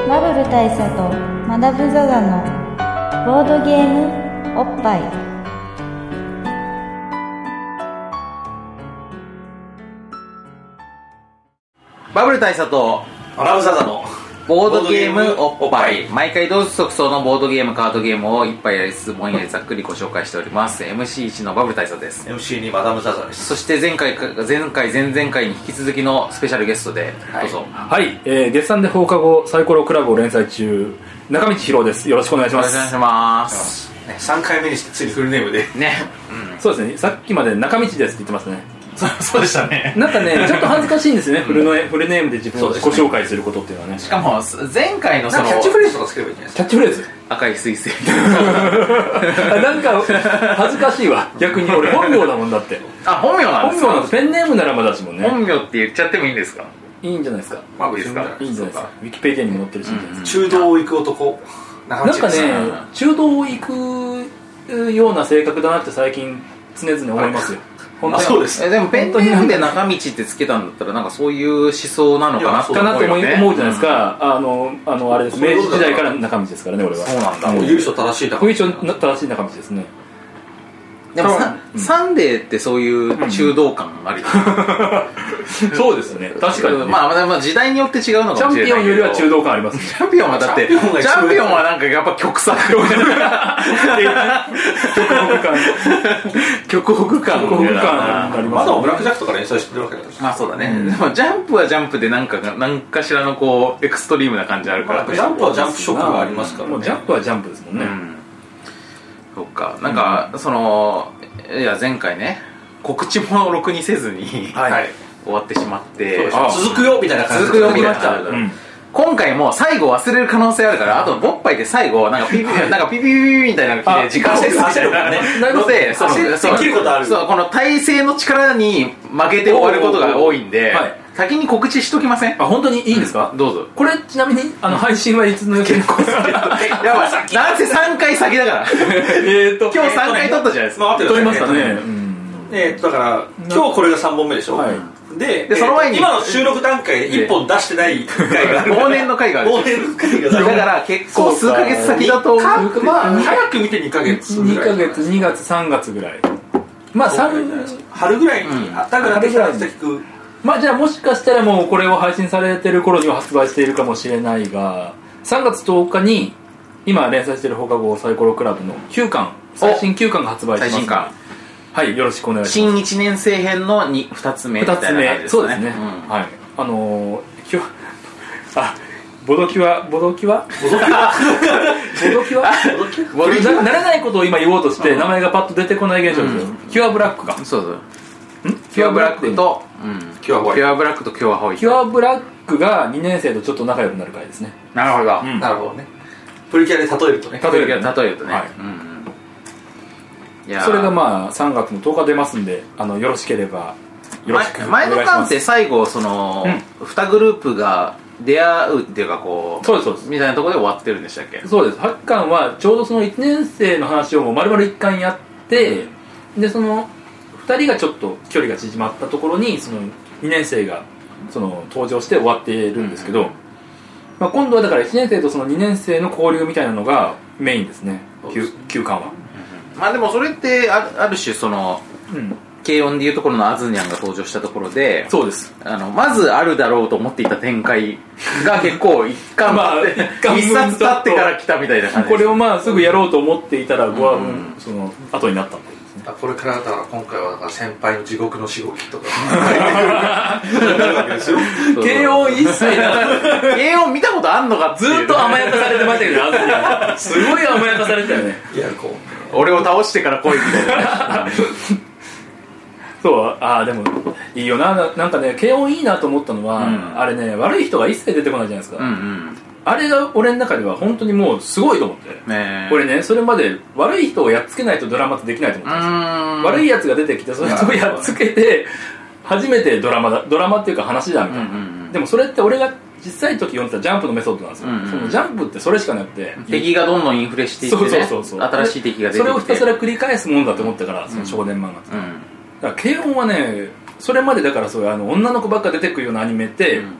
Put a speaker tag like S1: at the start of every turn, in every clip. S1: 大佐とマダム・ザ・ザのボードゲームおっぱい
S2: バブル大佐と
S3: アラブサザの
S2: ボードゲームおっぱい毎回同時即走のボードゲームカードゲームを一杯やりつつぼんやりざっくりご紹介しております MC1 のバブル大佐です
S3: MC にマダムサザです
S2: そして前回か前回前々回に引き続きのスペシャルゲストでどうぞ、
S4: はい、えー、月産で放課後サイコロクラブを連載中中道博ですよろしくお願いし
S2: お
S4: ま
S2: 願い
S4: す
S2: します
S3: ね3回目にしてついにフルネームで
S2: ね
S4: そうですねさっきまで中道ですって言ってますね
S3: そうそうでしたね
S4: なんかねちょっと恥ずかしいんで すよねフルネフルネームで自分を
S2: そうで
S4: 自
S2: すね
S4: 己紹介することっていうのはね
S2: しかも前回の
S3: な
S2: そ
S3: ん
S2: の
S3: かキャッチフレーズとかつければいいんじゃない
S4: キャッチフレ ーズ
S2: 赤い彗星
S4: あなんか恥ずかしいわ逆に 俺本名だもんだって
S2: あ本名なんです
S4: 本名なん
S2: か
S4: てペンネームならまだしもね
S2: 本名って言っちゃってもいいんですか
S4: いいんじゃないですか
S3: まあ
S2: いいですか
S4: いいんじゃないです
S3: そう
S4: かウィキペディアにも載ってるしいいんじゃないです
S3: 中道を行く男
S4: か
S3: 中
S4: なん
S3: 道
S4: か
S3: です
S4: ね中道を行くような性格だなって最近常々思いますよ本当
S3: あ
S4: に
S3: そうです
S2: えでもペンネームで中道ってつけたんだったらなんかそういう思想なのか
S3: い
S2: な
S3: や
S2: って
S4: かなと思う
S2: よね
S4: 思うじゃないですか、あのあのあれです
S3: そういう
S4: 明
S3: こと
S4: 治時代から中道ですからね俺は
S2: そうなんだ
S4: う
S3: もう由緒正しいだ
S4: これ一応正しい中道ですね
S2: でも
S4: そう
S2: サ,、サンデーってそういう中道感あるよね、
S4: そうですね 確かに、
S2: まあまあまあ時代によって違うの
S4: チ
S2: か
S4: ャ
S2: もし
S4: ン
S2: れ
S4: ピ
S2: な
S4: オ
S2: い
S4: ン
S2: け
S4: より
S2: ど
S4: は中道感ありますね
S2: チャンピオンはだってチ
S3: チャンピオンが一番
S2: ャンピオンはなんかやっぱ極左みたいな
S4: 極北感
S2: 極北感
S4: 極北感
S2: な
S4: ありま
S3: ますだブ
S4: ね
S3: ラックジャックとか連載してるわけだし
S2: まあそうだね、でもジャンプはジャンプでなんかがなんかしらのこうエクストリームな感じあるから、
S3: ジャンプはジャンプ色がありますから
S4: もうジャ
S3: ね
S4: ンプはジャンプですもんね、
S2: うんそっかなんか、そのいや前回ね告知もろくにせずに、
S4: はい
S3: はい
S2: 終わってしまって
S4: あ
S3: 続くよみたいな感じ
S2: 続くよみたいな、
S3: な
S4: うん
S2: 今回も最後忘れる可能性あるからあとボッパイで最後なんかピピなんかピピピピみたいなの来
S4: あ
S2: て時間ですみたいな
S4: なるほ
S2: の
S4: ど
S2: でその
S3: 焦って
S2: そう
S3: 切ることある
S2: そうこの体勢の力に負けて終わることが多いんで、
S4: おーはい
S2: 先に告知しときません
S4: あ本当にいいんですか、
S2: どうぞ
S4: これちなみにあの配信はいつの予定ですか
S2: やばいなんせ3回先だから
S4: えーっと
S2: 今日3回撮ったじゃないですか
S3: 回って
S4: 撮りましたね、
S3: えっとえっとだから今日これが3本目でしょ
S4: はい
S3: で
S2: でその前に
S3: えっと今の収録段階1本出してない回がある
S2: 忘年の回がある
S3: 忘年の回があ
S2: だ
S3: る
S2: から結構数ヶ月先だと
S4: そうか
S2: うん
S3: まあ 早く見て2ヶ月ぐ
S4: 2
S3: らい
S4: ヶ月2月3月ぐらいまあ3
S3: 春ぐらいにあったぐらいできたら聞く
S4: まあじゃあもしかしたらもうこれを配信されてる頃には発売しているかもしれないが3月10日に今連載している放課後サイコロクラブの9巻最新9巻が発売します
S2: 最新刊
S4: はいよろしくお願いし
S2: 新1年生編の 2, 2つ目みた
S4: ま
S2: いな
S4: す2
S2: 感
S4: つ
S2: じです
S4: 目
S2: ね
S4: そうですね、
S2: ん
S4: はいあのー、今日あボドキはボドキはボドキはボドキは
S2: ボドキ
S4: なならないことを今言おうとして名前がパッと出てこない現象ですよ、キュアブラックか
S2: そうそうキュアブラックと、うん
S3: キュアホワイト
S2: キュアブラックとキュアホワイト
S4: キュアブラックが2年生とちょっと仲良くなる回ですね
S2: なるほど、
S4: ん
S3: なるほどねプリキュアで例えるとね
S4: た
S2: 例えると例えるとね、
S4: はい
S2: うんうんいやー
S4: それがまあ3月の10日出ますんであのよろしければよろしくお
S2: 前前
S4: 願
S2: の
S4: いし
S2: 間
S4: ま
S2: っ
S4: す
S2: て最後その、二2グループが出会うっていうかこう
S4: そうですそうです
S2: みたいなところで終わってるんでしたっけ
S4: そうです8巻はちょうどその1年生の話をもう丸々1巻やってでその2人がちょっと距離が縮まったところにその2年生がその登場して終わっているんですけど、まあ、今度はだから1年生とその2年生の交流みたいなのがメインですね 9, 9巻は、
S2: まあでもそれってあるある種その
S4: うん、
S2: 軽音でいうところのアズニャンが登場したところで
S4: そうです
S2: あのまずあるだろうと思っていた展開が結構一巻
S4: まあ
S2: 経って
S4: 一巻分
S2: 一冊経ってから来たみたいな感じ
S4: これをまあすぐやろうと思っていたらごは
S2: うん
S4: んその後になったんですね
S3: あこれからだから今回はだから先輩の地獄のしごきと かなるわけですよ
S2: そう
S4: 慶応一切な
S2: 軽音見たことあんのかって
S4: ず
S2: いう
S4: っと甘やかされてましたけど、あずきすごい甘やかされてたよね。
S3: いやこう
S2: 俺を倒してから来いみたい な
S4: そう、ああ、でも、いいよな、ななんかね、慶応いいなと思ったのは、
S2: うん
S4: あれね、悪い人が一切出てこないじゃないですか。
S2: うんうん
S4: あれが俺の中では本当にもうすごいと思って。
S2: ねえ
S4: 俺ね、それまで悪い人をやっつけないとドラマってできないと
S2: う
S4: 思ってたんですよ
S2: ーん
S4: 悪
S2: い
S4: いやつが出てきて、それ
S2: う
S4: を
S2: ん
S4: やっつけて、初めてドラマだ、ドラマっていうか話だみ
S2: う
S4: た
S2: んう
S4: い
S2: ん
S4: な。
S2: うん
S4: でもそれって俺が小さい時読んでたジャンプのメソッドなんですよ。
S2: うんうん
S4: そのジャンプってそれしかなくて、
S2: 敵がどんどんインフレしていって、ね、
S4: そうそうそうそう
S2: 新しい敵が出てきて
S4: それをひたすら繰り返すもんだと思ってたから、その少年漫画って、だ
S2: うん
S4: から軽音はねそれまでだからそういうあの女の子ばっか出てくるようなアニメって、
S2: うん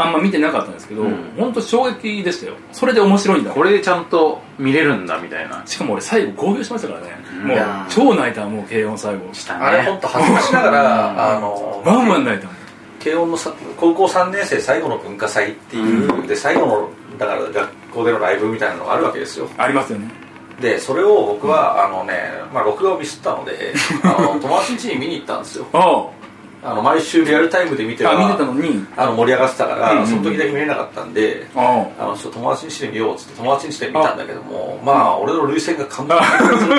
S4: あんま見てなかったんですけど、
S2: うん
S4: 本当衝撃でしたよそれで面白いんだ
S2: これでちゃんと見れるんだみたいな
S4: しかも俺最後合流しましたからね、
S2: うん
S4: も
S3: いうやー
S4: 超泣いたもう軽音最後
S2: したね
S3: あれ本当恥ずかしながらあの
S4: ワンワン泣いたもん
S3: 慶応のさ高校3年生最後の文化祭っていうで最後のだから学校でのライブみたいなのがあるわけですよ
S4: ありますよね
S3: でそれを僕はあのねまあ録画をミスったのであの友達ん家に見に行ったんですよ
S4: あ
S3: あの毎週リアルタイムで見て
S4: あ
S3: は
S4: あ見てたのに
S3: あの盛り上がってたか
S4: うんうんう
S3: ら
S4: ん
S3: その時だけ見れなかったんで
S4: あ
S3: あのちょっと友達にしてみようっつって友達にして見たんだけどもまあ俺の涙腺が完璧に で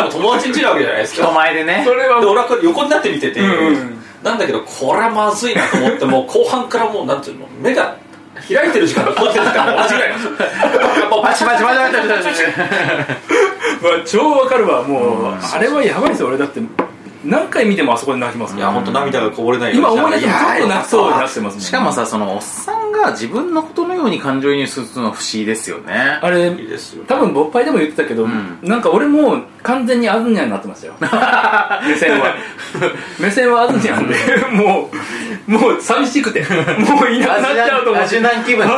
S3: も友達にしてるわけじゃないです
S2: 人
S3: か
S2: 前で
S4: あ
S2: ね
S4: それは
S3: で俺はこれ横になって見てて、
S4: うんうん
S3: なんだけどこれはまずいなと思ってもう後半からもうなんていうの目が開いてる時間と閉じてる時間も同じぐらいなんですよもう
S2: バチバチバチバチバチバチ
S4: うわ超わかるわもう、
S2: うん
S4: あれはやばいですよ俺だって何回見てもあそこで泣きますもん
S3: いや本当涙がこぼれないよ
S4: 今
S3: うに
S4: 思い出してもちょっと泣きそうになって ますもん
S2: しかもさそのおっさんが自分のことのように感情移入するのは不思議ですよね
S4: あれ
S3: いいですよ
S4: 多分勃発でも言ってたけど、
S2: ん
S4: なんか俺もう完全にアズニャになってま したよ目線は 目線はアズニャでもうもう寂し くてもういなくなっちゃうと思
S2: あ
S4: って
S2: 柔 軟気分あ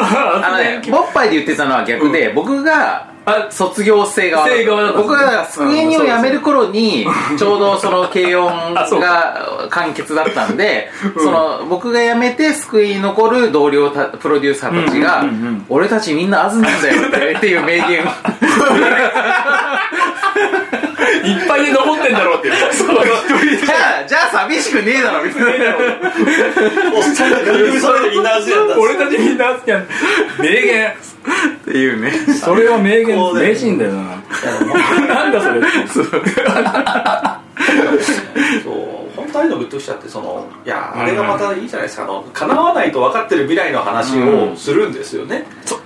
S2: のね
S4: 柔軟気
S2: ボッパイで言ってたのは逆で、僕が
S4: あ
S2: 卒業生側
S4: 生側だった
S2: 僕が救いにを辞める頃にちょうどその軽音
S4: あそう
S2: が完結だったんで、その僕が辞めて救いに残る同僚たプロデューサーたちが、
S4: うんうんうんうん
S2: 俺たちみんなアズなんだよってっていう名 言
S4: いっぱいで残ってんだろうっていう そう一人
S2: じゃあじゃあ寂しくねえだろみたいな
S3: おっさんがガリガリそれでみんな汗やったんです
S4: 俺たちみんなアズニャ名言
S2: っていうね
S4: それは名言
S3: 最高だよ
S4: 名シーンだよななんだそれ
S3: そう本当ああいうのグッときちゃってそのいやあれがまたいいじゃないですかあの叶わないと分かってる未来の話をするんですよね、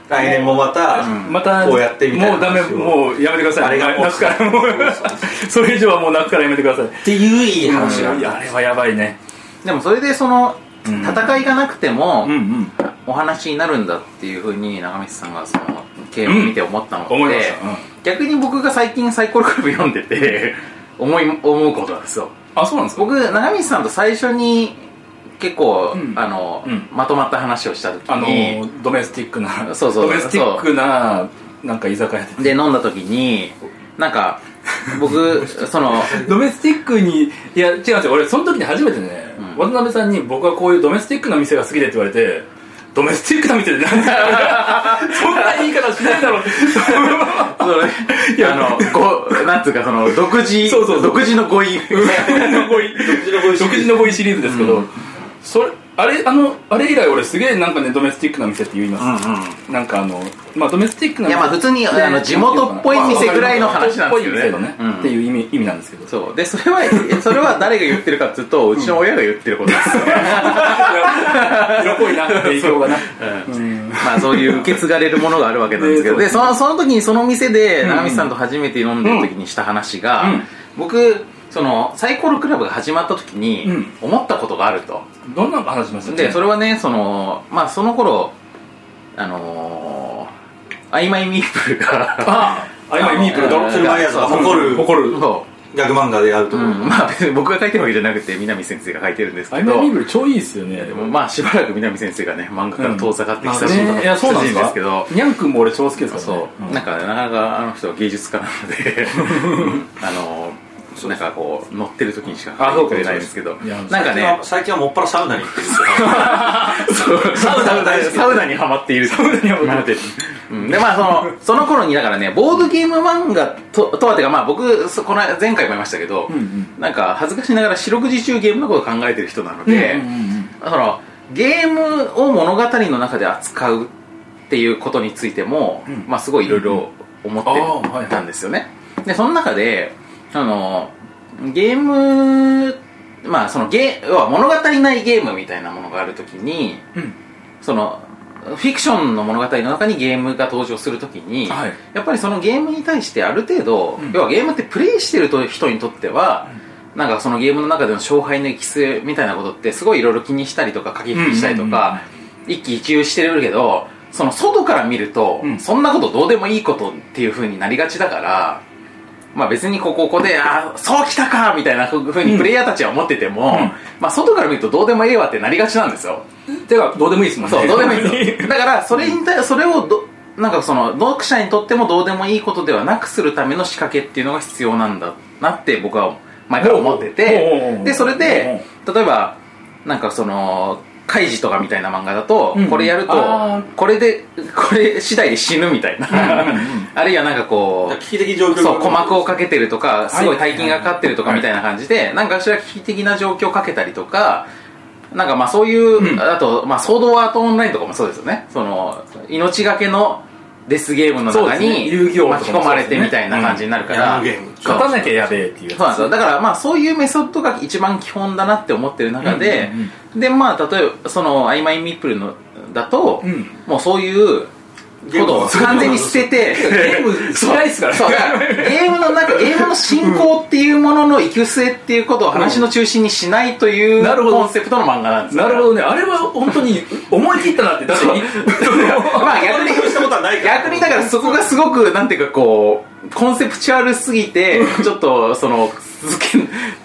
S3: 来年もまた、
S4: また
S3: こうやってみたいな
S4: もうダメ
S3: 話を
S4: もうやめてください
S3: あれがもう
S4: 泣くからもうそれ以上はもう泣くからやめてください
S3: っていうい い話が、
S4: いやあれはやばいね
S2: でもそれでその
S4: うん
S2: 戦いがなくても、
S4: うんうん
S2: お話になるんだっていうふうに長道さんがそのゲームを見て思ったのって、
S4: 思いました、うん
S2: 逆に僕が最近サイコロクラブ読んでて思い思うことなんですよ
S4: あそうなんですか
S2: 僕長道さんと最初に結構、
S4: うん
S2: あの、
S4: うん
S2: まとまった話をした時
S4: あの
S2: に
S4: ドメスティックな
S2: そうそう
S4: ドメスティックななんか居酒屋で
S2: で飲んだ時になんか 僕その
S4: ドメスティックにいや違うんですよ俺その時に初めてね、
S2: うん
S4: 渡辺さんに僕はこういうドメスティックな店が好きでって言われてドメスティックな店で何だよそんな言い方しないだろ う
S2: いやあのこうなんつうかその独自
S4: そうそうそう
S2: 独自の語彙
S4: 食事のボイシリーズですけど、
S2: うん
S4: それあれあのあれ以来俺すげえなんかねドメスティックな店って言います、
S2: うんうん
S4: なんかあのまあドメスティックない
S2: やまあ普通にあの地元っぽい店ぐらいの話なんですけどね
S4: ね,、
S2: うん
S4: っていう意味意味なんで すけど
S2: そうでそれはそれは誰が言ってるかっていうとうちの親が言ってることですよね、
S4: 色っぽいな影響がな
S2: まあそういう受け継がれるものがあるわけなんですけど、
S4: ね
S2: で、その、その時にその店で、
S4: ん
S2: 長道さんと初めて飲んでる時にした話が、
S4: うん
S2: 僕、その、サイコロクラブが始まった時に
S4: うん、
S2: 思ったことがあると。
S4: どんな話しましたっけ
S2: で、それはね、その、まあその頃、あのー、アイマイミープルが、
S4: ああ今ミープル
S3: ド
S4: ド
S3: ロ
S4: ロ
S3: ッ
S4: ッ
S3: プ
S4: プ
S3: ルマイヤーズが誇る
S4: 誇る
S2: そ
S3: ギャグ漫画でやる
S2: う、
S3: と
S2: う
S3: ころ、
S2: ん、まあ別に僕が書いてるわけじゃなくて、南先生が書いてるんです
S4: ア
S2: け
S4: イマ
S2: ど
S4: イミ、ープル超いいですよね
S2: でもまあしばらく南先生がね、漫画から遠ざかってきたし、
S4: ねいやそうなんです
S2: で
S4: か
S2: すけど、
S4: ニャン君も俺超好きですからね
S2: そう、なんかなかなかあの人は芸術家なの であのなんかこう乗ってる時にしか
S4: あ
S2: 書
S4: そ
S2: いうてく
S4: か
S2: れないですけど
S4: そうです
S2: なん
S3: 最
S2: か
S3: 近
S2: ね
S3: は最近はもっぱらサウナに行ってるんですよ
S2: サウナサウナにハマっているサウナにハマっている、うん、でまあそのその頃にだからねボードゲーム漫画ととはっていうかまあ僕そこの前回も言いましたけど、
S4: うんうん
S2: なんか恥ずかしながら四六時中ゲームのことを考えてる人なので、
S4: うんうんうん
S2: そのゲームを物語の中で扱うっていうことについても、
S4: うん
S2: まあすごいいろいろ思
S4: あーはいは
S2: っ
S4: い
S2: てたんですよね、でその中であのゲームまあそのゲー要は物語ないゲームみたいなものがあるときに
S4: うん
S2: そのフィクションの物語の中にゲームが登場するときに、
S4: はい
S2: やっぱりそのゲームに対してある程度、
S4: うん
S2: 要はゲームってプレイしてると人にとっては、なんかそのゲームの中での勝敗の行き末みたいなことってすごいいろいろ気にしたりとか駆け引きしたりとか、一喜一憂してるけどその外から見ると、
S4: うん
S2: そんなことどうでもいいことっていう風になりがちだからまあ別にここここで、ああ、そう来たかみたいなふうにプレイヤーたちは思ってても、まあ外から見るとどうでもいいわってなりがちなんですよ。
S4: てかどうでもいいですもんね
S2: そう、どうでもいいんですよ。だから、それに対、それをど、なんかその、読者にとってもどうでもいいことではなくするための仕掛けっていうのが必要なんだなって僕は前から思って
S4: おうおうおうおうお
S2: て、
S4: う
S2: で、それで、例えば、なんかその、カイジとかみたいな漫画だと
S4: うん、
S2: これやると
S4: あー、
S2: これで、これ次第で死ぬみたいな
S4: うんうんうん。
S2: あるいはなんかこう、
S3: 危機的状況
S2: そう、鼓膜をかけてるとか、すごい大金がかかってるとかみたいな感じで、なんかしら危機的な状況をかけたりとか、なんかまあそういう、
S4: うん
S2: あと、まあソードアートオンラインとかもそうですよね。その、命がけのデスゲームの
S4: そう
S2: 中
S4: ですね
S2: に
S4: 遊戯王と
S2: 巻き
S4: かも
S2: 込まれてみたいな感じになるから、
S3: うんヤングゲーム
S2: そう
S4: 勝たなきゃやべえっていうやつ
S2: そうなんですよだからまあそういうメソッドが一番基本だなって思ってる中で、
S4: うんうん
S2: でまあ例えばその「アイマイミップルの」だと、
S4: うん
S2: もうそういうことを完全に捨てて
S4: ゲームしないっすからね
S2: そうだからゲームの中ゲームの進行っていうものの行く末っていうことを話の中心にしないという、
S4: なるほど
S2: コンセプトの漫画 なんですよ
S4: なるほどねあれは本当に思い切ったなってだ って
S2: まあ逆
S3: 逆
S2: に
S3: にしたことはないから
S2: 逆にだからそこがすごくなんていうかこうコンセプチュアルすぎてちょっとその続け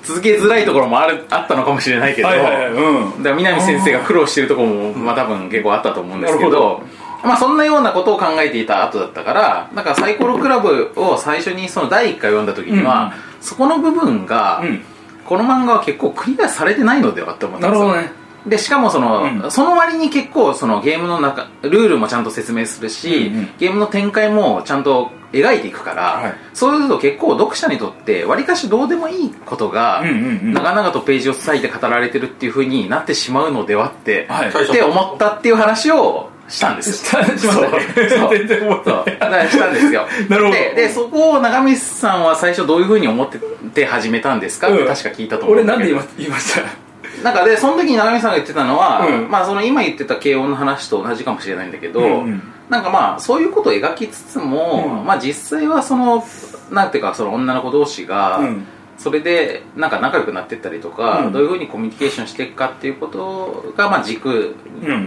S2: 続けづらいところもあるあったのかもしれないけど、
S4: はいはいはいうん
S2: だから南先生が苦労してるところもまあ多分結構あったと思うんですけ
S4: なる
S2: どまあそんなようなことを考えていた後だったからなんかサイコロクラブを最初にその第1回読んだ時には、そこの部分が、
S4: うん
S2: この漫画は結構クリアされてないのではって思った
S4: なん
S2: で
S4: る
S2: すよ
S4: ほどね
S2: でしかもその、
S4: うん
S2: その割に結構そのゲームの中ルールもちゃんと説明するし、
S4: うんうん
S2: ゲームの展開もちゃんと描いていくから、
S4: はい
S2: そういうと結構読者にとってわりかしどうでもいいことが、
S4: うんうんうん
S2: 長々とページを割いて語られてるっていうふうになってしまうのではって、
S4: はい
S2: って思ったっていう話をしたんですよ
S4: した しましたね
S2: そう
S4: 全然思っ
S2: そう
S4: た
S2: だからしたんですよ
S4: なるほど
S2: ででそこを長光さんは最初どういうふうに思ってて始めたんですかって
S4: うん
S2: 確か聞いたと思う
S4: 俺
S2: んだ
S4: なん
S2: けど
S4: で今言いました
S2: なんかで、その時に長見さんが言ってたのは、
S4: うん
S2: まあその今言ってた慶応の話と同じかもしれないんだけど、
S4: うんうん
S2: なんかまあそういうことを描きつつも、
S4: うん
S2: まあ実際はその、なんていうかその女の子同士が、
S4: うん
S2: それでなんか仲良くなってったりとか、
S4: うん
S2: どういうふうにコミュニケーションしていくかっていうことが、まあ軸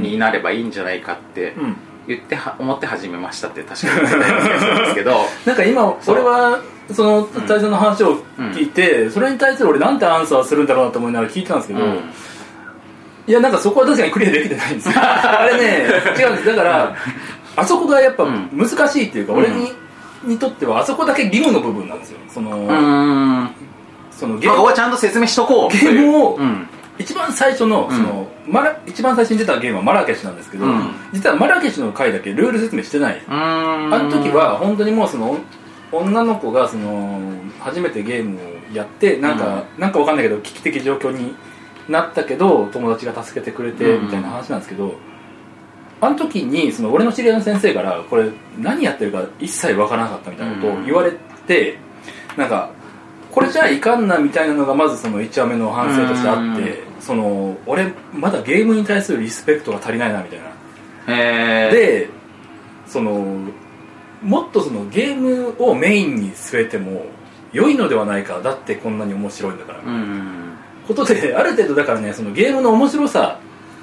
S2: になればいいんじゃないかって
S4: うん
S2: 言っては、思って始めましたって確かに言ってたような気がするんです けど、
S4: なんか今
S2: そう
S4: 俺はその大佐の話を聞いて、それに対する俺なんてアンサーするんだろうなと思いながら聞いてたんですけど、
S2: うん
S4: いやなんかそこは確かにクリアできてないんですよ あれね違うんですだからあそこがやっぱ
S2: うん
S4: 難しいっていうか、
S2: うん
S4: 俺ににとってはあそこだけ義務の部分なんですよその、
S2: うーん。
S4: そのゲ
S2: まあ
S4: ー
S2: ここ
S4: ム
S2: はちゃんと説明しとこうという。
S4: ゲームを
S2: うん。
S4: 一番最初の
S2: うん
S4: その、マラ一番最初に出たゲームはマラケシュなんですけど、
S2: うん
S4: 実はマラケシュの回だけルール説明してない、
S2: うーん
S4: あの時は本当にもうその女の子がその初めてゲームをやってなんか、なんかわかんないけど危機的状況になったけど友達が助けてくれて
S2: うん
S4: みたいな話なんですけど、あの時にその俺の知り合いの先生からこれ何やってるか一切わからなかったみたいなことを言われて、なんかこれじゃいかんなみたいなのがまずその1話目の反省としてあって、その俺まだゲームに対するリスペクトが足りないなみたいな
S2: えー、
S4: でそのもっとそのゲームをメインに据えても良いのではないかだってこんなに面白いんだから、
S2: うん
S4: ことである程度だからねそのゲームの面白さ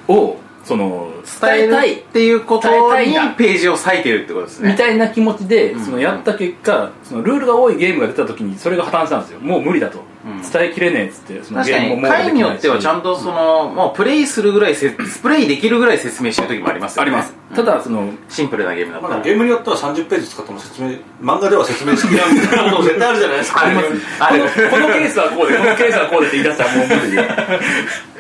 S4: をその
S2: 伝
S4: 伝
S2: え
S4: え
S2: た
S4: た
S2: いっ
S4: い
S2: ていうこと
S4: 伝
S2: に
S4: えたいな
S2: ページを割いてるってことですね
S4: みたいな気持ちで
S2: うん
S4: そのやった結果そのルールが多いゲームが出た時にそれが破綻したんですよもう無理だと、
S2: うん
S4: 伝えきれねえっつってその
S2: 確
S4: ゲ
S2: か
S4: ー
S2: に
S4: ムももうで
S2: 回に
S4: き
S2: よ
S4: な
S2: っ
S4: いして
S2: はちゃんとその、もうプレイするぐらいせプレイできるぐらい説明してる時もあります
S4: あ
S2: よ
S4: り
S2: ね
S4: ます、ただその
S2: シンプルなゲームだと、
S3: まだゲームによっては30ページ使っても説明漫画では説明しきらんみたいなことも絶対あるじゃないですか
S2: ありますあ
S4: こ
S2: る
S4: のこのケースはこうでこのケースはこうでって言い出したらもう無理で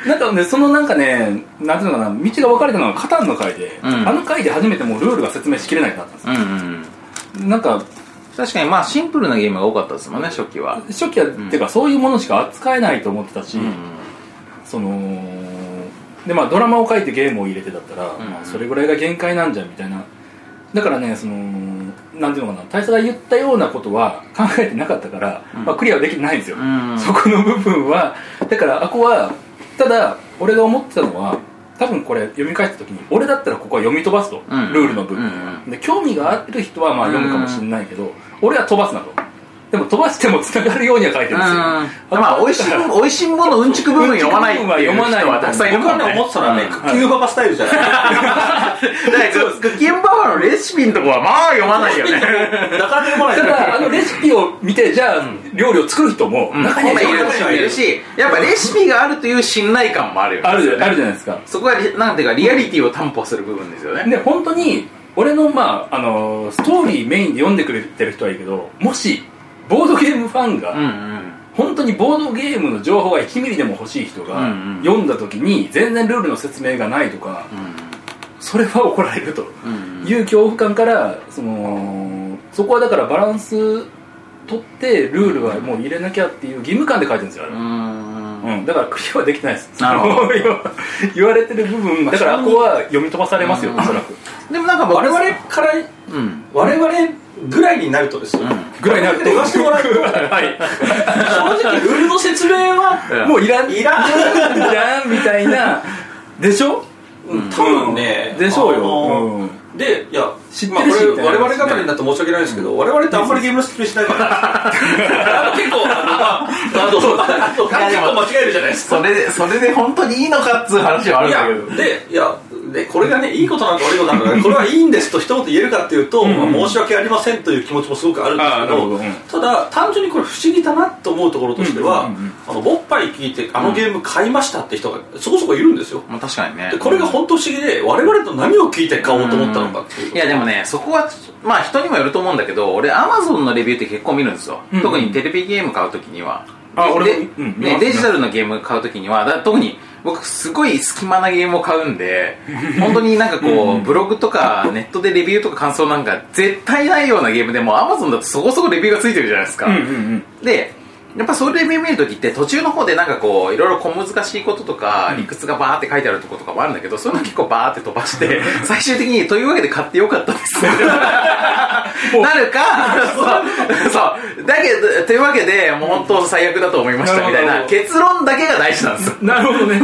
S4: なんかねそのなんかねなんていうのかな道が分かれたのがカタンの回で、
S2: うん
S4: あの回で初めてもうルールが説明しきれなくなったんです
S2: うんうん
S4: よなんか
S2: 確かにまあシンプルなゲームが多かったですもんね初期は
S4: 初期は、
S2: ん
S4: っていうかそういうものしか扱えないと思ってたし、
S2: うん
S4: そのでまあドラマを書いてゲームを入れてだったら、
S2: ん
S4: まあそれぐらいが限界なんじゃんみたいなだからねそのなんていうのかな大佐が言ったようなことは考えてなかったから、まあ、クリアはできてないんですよ、
S2: うん
S4: そこの部分はだからあこはただ俺が思ってたのは多分これ読み返した時に俺だったらここは読み飛ばすと、
S2: うん
S4: ルールの部分、
S2: うん
S4: で興味がある人はまあ読むかもしれないけど、俺は飛ばすなとでも飛ばしても繋がるようには書いてるんですよ
S2: まあ、美味しん、美味しんぼのうんちく部分読まないっていう人はたくさんいる
S3: 僕
S2: から
S3: はね
S2: ね。
S3: 思ってたのはね、
S2: うん
S3: クッキングパパスタイルじゃない
S2: だからククッキンバーのレシピのとこはまあ読まないよね。
S3: なかなか読まない
S4: た
S3: じゃん
S4: だあのレシピを見てじゃあ料理を作る人も中に
S2: 本
S4: は
S2: 来
S4: い
S2: い
S4: る
S2: る人もいるし、やっぱレシピがあるという信頼感もあるよね。
S4: あるじゃあるじゃないですか
S2: そこがリ、なんていうか、リアリティを担保する部分ですよね。
S4: で本当に俺のまああのストーリーメインで読んでくれてる人はいいけどもしボードゲームファンが、
S2: うんうん。
S4: 本当にボードゲームの情報が1ミリでも欲しい人が、
S2: うんうん
S4: 読んだ時に全然ルールの説明がないとか、それは怒られると
S2: うんうん
S4: いう恐怖感からそのそこはだからバランス取ってルールはもう入れなきゃっていう義務感で書いてるんですよ、あれ
S2: うんうんうん
S4: うん、だからクリアはできてないです
S2: なるほ
S4: 言われてる部分だからここは読み飛ばされますよ
S2: うん
S4: おそらく
S2: でもなんか僕
S3: 我々から
S2: うん
S3: 我々ぐらいになるとですよ、
S2: うん
S4: ぐらいになると
S3: 言わせてもらうと
S4: はい
S3: 正直ルールの説明は
S4: もういらん
S3: いらん
S4: いらんみたいなでしょ
S3: うん多分ね、
S4: でしょう
S3: あ
S4: よ
S3: のでいや
S4: 知ってる
S3: まあ、こ
S4: しみ
S3: れ
S4: たいな
S3: 我々方になって申し訳ないですけど、我々ってあんまりゲームの説明しない からあの結構あの、まあ、あのあの 結構間違えるじゃないですか
S2: それでそれで本当にいいのかっつう話はあるん
S3: い
S2: だ
S3: や
S2: けど
S3: でいやでこれがねいいことなのか悪いことなの かこれはいいんですと一言言えるかっていうと、まあ申し訳ありませんという気持ちもすごくあるんです
S4: あ
S3: け
S4: なる
S3: ど
S4: ほどうん
S3: ただ単純にこれ不思議だなと思うところとしては、
S4: うんうんうん
S3: あのボッパイ聞いてあのゲーム買いましたって人がそこそこいるんですよ
S2: まあ確かにね
S3: でこれが本当不思議で我々と何を聞いて買おうと思ったのかっていう
S2: いやでもねそこはまあ人にもよると思うんだけど俺アマゾンのレビューって結構見るんですよ、
S4: うん
S2: 特にテレビゲーム買うときには
S4: あ
S2: で
S4: 俺も
S2: で
S4: うん見ます
S2: ね
S4: ね
S2: デジタルのゲーム買うときにはだ特に僕すごい隙間なゲームを買うんで 本当になんかこうブログとかネットでレビューとか感想なんか絶対ないようなゲームでもアマゾンだとそこそこレビューがついてるじゃないですか、
S4: ん
S2: でやっぱそれで見るときって途中の方でなんかこういろいろ小難しいこととか理屈がバーって書いてあるとことかもあるんだけどそういうの結構バーって飛ば して最終的にというわけで買ってよかったですねなるかそうそうだけどというわけでもう本当最悪だと思いましたみたい
S4: なる
S2: な
S4: ほど
S2: 結論だけが大事なん ですよ
S4: なるほどね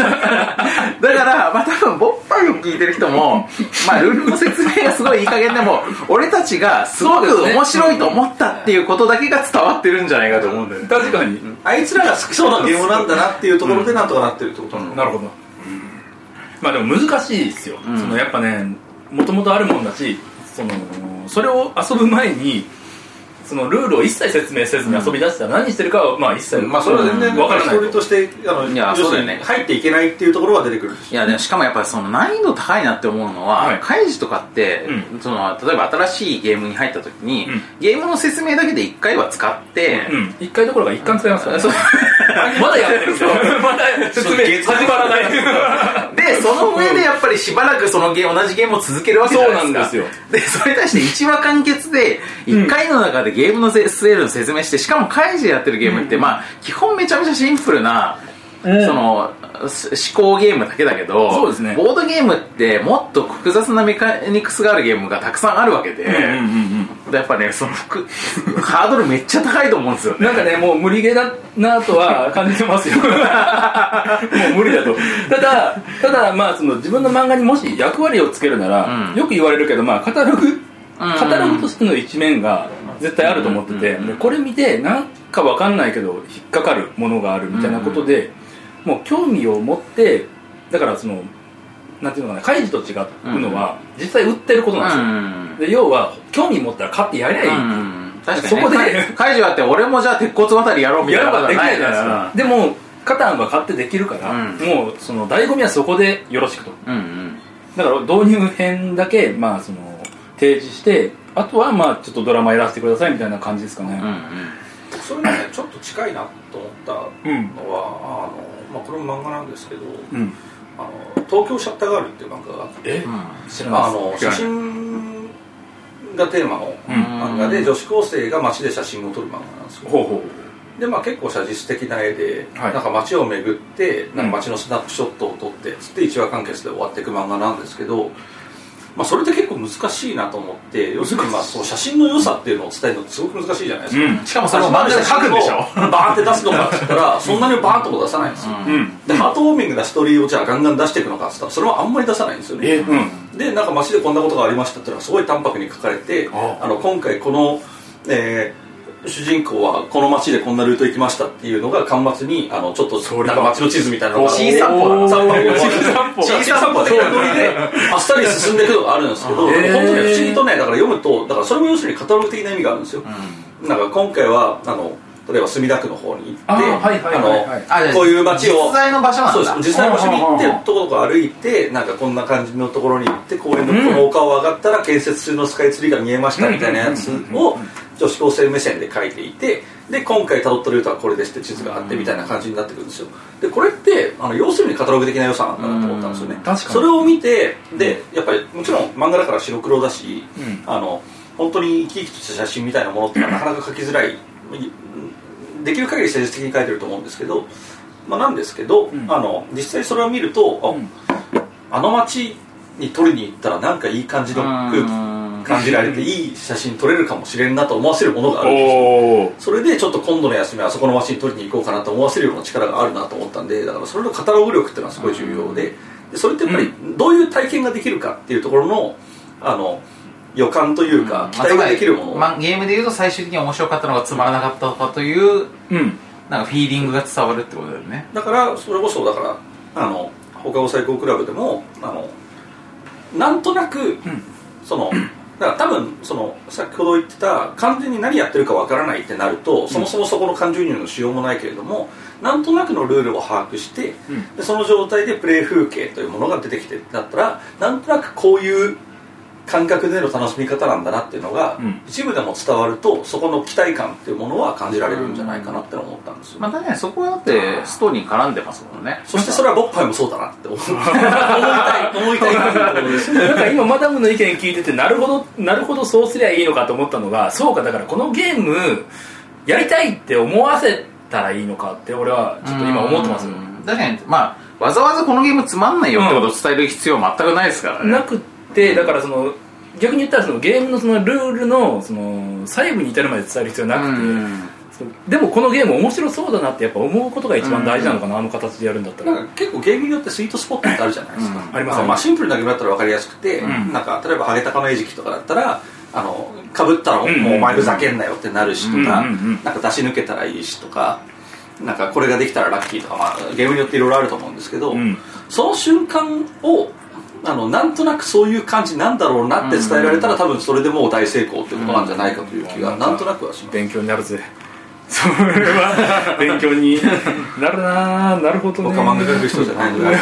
S2: だから、まあ多分、ボッパイを聞いてる人も、まあルールの説明がすごいいい加減でも、俺たちがすごく面白いと思ったっていうことだけが伝わってるんじゃないかと思うんだよね。
S4: 確かに
S3: あいつらが好きそうなゲームなんだなっていうところでなんとかなってるってことなのか
S4: なるほどまあでも難しいですよ
S2: ん
S4: そのやっぱねもともとあるもんだしそのそれを遊ぶ前にそのルールを一切説明せずに遊び出したら何してるかはまあ一切
S3: まあそれは全然
S4: わから
S3: ストー
S4: な
S3: リ
S4: い
S3: ーとしてあの
S2: いや
S3: 要する
S2: そうだよ
S3: に
S2: ね
S3: 入っていけないっていうところは出てくるし
S2: いや、でもしかもやっぱその難易度高いなって思うのは、
S4: はい
S2: 開示とかって、
S4: うん
S2: その、例えば新しいゲームに入った時に、
S4: うん
S2: ゲームの説明だけで1回は使って、
S4: うん一回どころか一貫使いますからね
S2: そう
S4: まだやってる まだ説明始まらない
S2: で、その上でやっぱりしばらくそのゲーム、同じゲームを続けるわけじゃないですか。
S4: そうなん
S2: でそれに対して1話完結で、1回の中でゲームのせスレールの説明して、しかも開示でやってるゲームって、まあ、基本めちゃめちゃシンプルな、その、し思考ゲームだけだけど、
S4: そうですね
S2: ボードゲームってもっと複雑なメカニクスがあるゲームがたくさんあるわけで、
S4: うんうんうん
S2: でやっぱね、その複、ハードルめっちゃ高いと思うんですよね。
S4: なんかね、もう無理ゲーだなとは感じ てますよ。もう無理だと。ただ、ただ、まあ、その自分の漫画にもし役割をつけるなら、
S2: うん
S4: よく言われるけど、まあ、カタログ、
S2: うん
S4: カタログとしての一面が絶対あると思ってて、
S2: うん
S4: でこれ見て、なんかわかんないけど、引っかかるものがあるみたいなことで、もう興味を持って、だからその、なんていうのかな、カイジと違うのは、実際売ってること
S2: う
S4: なん
S2: ん
S4: ですよ。で要は、興味持ったら買ってやりゃいい。
S2: うん確かに、ね、
S4: そこで
S2: か解除あって俺もじゃあ鉄骨渡りやろうみた
S4: や
S2: い
S4: れ
S2: なことは
S4: ばでき
S2: な
S4: ない
S2: い
S4: じ
S2: じ
S4: ゃ
S2: ゃ
S4: ないです
S2: な
S4: か
S2: い
S4: でもカタンは買ってできるから、
S2: うん
S4: もうその醍醐味はそこでよろしくと
S2: ですかうんうん
S4: だから導入編だけまあその提示してあとはまあちょっとドラマやらせてくださいみたいな感じですかね、
S2: う
S3: それがねちょっと近いなと思った
S4: うん
S3: のはあの、まあ、これも漫画なんですけど
S4: うん
S3: あの「東京シャッターガール」っていう漫画があって
S4: え、
S2: んうん
S4: 知らな
S3: あ
S4: い
S3: の
S4: です
S3: 写真がテーマの
S4: うん
S3: 漫画で女子高生が街で写真を撮る漫画なんですよ
S4: ほうほ
S3: でまあ、結構写実的な絵で、
S4: はい
S3: なんか街を巡ってなんか街のスナップショットを撮ってつって一話完結で終わっていく漫画なんですけど、まあ、それって結構難しいなと思って要するにまあそう写真の良さっていうのを伝えるのってすごく難しいじゃないですか、
S4: うん
S2: しかもそれを漫画で書くんでしょ
S3: 写真をバーンって出すのかって言った らそんなにバーンとも出さないんですよ、
S4: ううん
S3: でハートウォーミングなストーリーをじゃあガンガン出していくのかって言ったらそれもあんまり出さないんですよね
S4: えうん
S3: でなんか街でこんなことがありましたっていうのはすごい淡白に書かれて
S4: あ
S3: あの今回この、えー主人公はこの街でこんなルート行きましたっていうのが巻末にあのちょっと
S4: それ
S3: な
S4: は
S3: んか街の地図みたいなのが
S2: 小さい歩だな
S3: 散歩小
S2: 小
S3: さ
S2: さ
S3: 散
S2: 散
S3: 歩
S2: 歩
S3: で
S2: ね
S3: あっさり進んでいくのがあるんですけど
S4: へ
S3: 本
S4: ー
S3: 当に不思議とねだから読むとだからそれも要するにカタログ的な意味があるんですよなんか今回はあの例えば墨田区の方に行って
S4: あーはいはいはいはい
S3: あのこういう街を
S2: 実在の場所なんだ
S3: そうです実際の場所に行ってところが歩いてなんかこんな感じのところに行って公園のこの丘を上がったら建設中のスカイツリーが見えましたみたいなやつを女子高生目線で書いていてで今回辿ったルートはこれですって地図があってみたいな感じになってくるんですよでこれってあの要するにカタログ的な良さなんだなと思ったんですよね
S4: ん確かに
S3: それを見てでやっぱりもちろん漫画だから白黒だし、あの本当に生き生きとした写真みたいなものってのはなかなか描きづらいできる限り誠実的に描いてると思うんですけど、まあ、なんですけど、
S4: ん
S3: あの実際それを見ると、あ
S4: うん
S3: あの街に撮りに行ったらなんかいい感じの空気感じられていい写真撮れるかもしれんなと思わせるものがあるんですよ
S4: おお
S3: それでちょっと今度の休みはあそこの街に取りに行こうかなと思わせるような力があるなと思ったんでだからそれのカタログ力っていうのはすごい重要ででそれってやっぱりどういう体験ができるかっていうところのあの予感というか期待ができるもの
S2: まあゲームでいうと最終的に面白かったのがつまらなかったかという
S4: うん
S2: なんかフィーリングが伝わるってことだよね
S3: だからそれこそだからあの放課後最高クラブでもあのなんとなくそのだから多分その先ほど言ってた完全に何やってるかわからないってなるとそもそもそこの感情移入のしようもないけれどもなんとなくのルールを把握して、
S4: うん
S3: でその状態でプレイ風景というものが出てきてだったらなんとなくこういう感覚での楽しみ方なんだなっていうのが、
S4: うん
S3: 一部でも伝わるとそこの期待感っていうものは感じられるんじゃないかなって思ったんですよ、
S2: まあ確かにそこはだってストーリーに絡んでますもんね
S3: そしてそれはボッパイもそうだなって思う思いたい思い たいなっていうところです
S4: なんか今マダムの意見聞いててなるほどなるほどそうすりゃいいのかと思ったのがそうかだからこのゲームやりたいって思わせたらいいのかって俺はちょっと今思ってますよ
S2: うん確かにまあわざわざこのゲームつまんないよってことを伝える必要は全くないですからね
S4: なくってだからその逆に言ったらそのゲームのそのルールのその細部に至るまで伝える必要なくて、
S2: うん
S4: そのでもこのゲーム面白そうだなってやっぱ思うことが一番大事なのかな、あの形でやるんだったら、
S3: なんか結構ゲームによってスイートスポットってあるじゃないですか、
S2: うん
S4: ありますね
S3: まあ、シンプルなゲームだったら分かりやすくて、
S4: ん
S3: なんか例えば「ハゲタカの餌食」とかだったらあのかぶったら「
S4: うん
S3: もうお前ふざけんなよ」ってなるしとか、
S4: うんうんうん
S3: なんか出し抜けたらいいしとかなんかこれができたらラッキーとか、まあ、ゲームによっていろいろあると思うんですけど、
S4: うん
S3: その瞬間をあのなんとなくそういう感じなんだろうなって伝えられたら、多分それでもう大成功ってことなんじゃないかという気が、なんとなくはします
S4: 勉強になるぜそれは勉強になるなあなるほどね
S3: 僕は漫画描く人じゃないので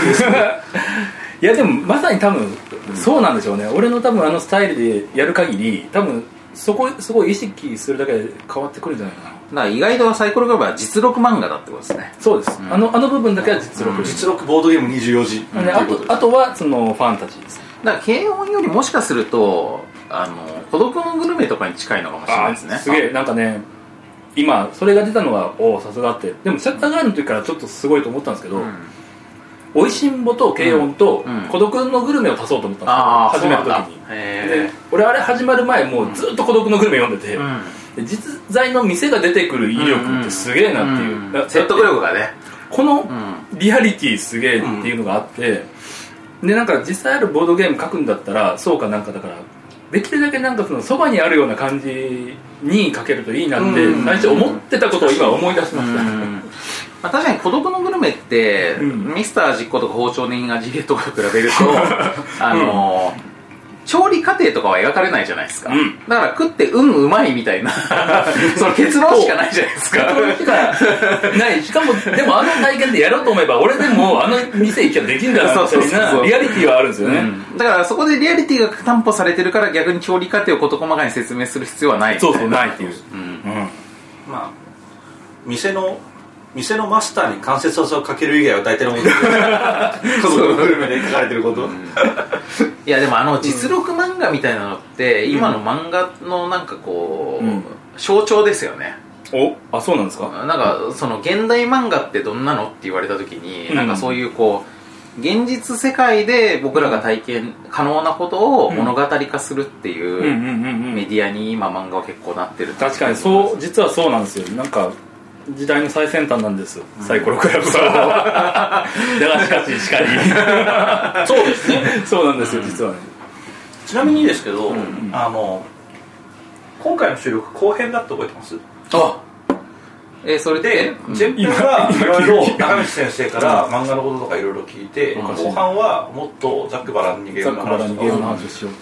S4: いやでもまさに多分そうなんでしょうね、俺の多分あのスタイルでやる限り多分そこすごい意識するだけで変わってくるんじゃないかな
S2: だから意外とサイコログラブは実録漫画だってことですね
S4: そうです、あのあの部分だけは実力、
S3: 実録ボードゲーム24時と
S4: で
S3: いう
S4: あ
S3: ことです
S4: とあとはそのファンタジーです
S2: だから軽音よりもしかするとあの孤独のグルメとかに近いのかもしれないですね
S4: すげえなんかね今それが出たのがおおさすがってでもシャッターガールの時からちょっとすごいと思ったんですけど、
S2: うん
S4: おいしんぼと軽音と
S2: うんうん
S4: 孤独のグルメを足そうと思った
S2: あ
S4: ん
S2: あ
S4: ですよ、始める時にで俺あれ始まる前もうずっと孤独のグルメ読んでて、
S2: うん
S4: で実在の店が出てくる威力ってすげえなっていう、だから
S2: 説得力がね
S4: この
S2: う
S4: リアリティすげえっていうのがあって、でなんか実際あるボードゲーム書くんだったらそうかなんかだからできるだけなんかそのそばにあるような感じに書けるといいなって
S3: うん
S4: 最初思ってたことを今思い出しました、
S2: まあ、確かに孤独のグルメって、
S4: うん
S2: ミスター実行とか包丁人がジレとかと比べると あのー調理過程とかは描かれないじゃないですか、
S4: うん
S2: だから食ってうんうまいみたい なその結論しかないじゃないですか
S4: しかないしかもでもあの体験でやろうと思えば俺でもあの店行きゃできるんだなみた
S2: そうそう
S4: い
S2: そうそ
S4: な
S2: う
S4: リアリティはあるんですよね、
S2: うんだからそこでリアリティが担保されてるから逆に調理過程を事細かに説明する必要はないみた
S4: そ
S2: いう
S4: そう
S2: な
S4: ないっていう、
S2: うん
S4: うん
S3: まあ店の店のマスターに関節技をかける以外は大体のもので家族のグルメで書かれてること、
S2: いやでもあの実録漫画みたいなのって、今の漫画のなんかこう、
S4: うん
S2: 象徴ですよね
S4: おあそうなんですか
S2: なんかその現代漫画ってどんなのって言われた時に、
S4: うん
S2: なんかそういうこう現実世界で僕らが体験可能なことを物語化するってい
S4: うんうん
S2: う
S4: うんうん
S2: メディアに今漫画は結構なってる
S4: 確かにそう実はそうなんですよなんか時代の最先端なんですサイコロクラブはだがしかししかり
S3: そうですね
S4: そうなんですよ実はね
S3: ちなみにですけど、あの今回の収録後編だって覚えてます
S2: あえーそれで
S3: で、ジェンプがいろいろ中道先生から漫画のこととかいろいろ聞いて、
S2: うん
S3: 後半はもっとザックバランにゲームの話と
S4: ゲームの
S3: か
S4: 話をしよう
S3: っ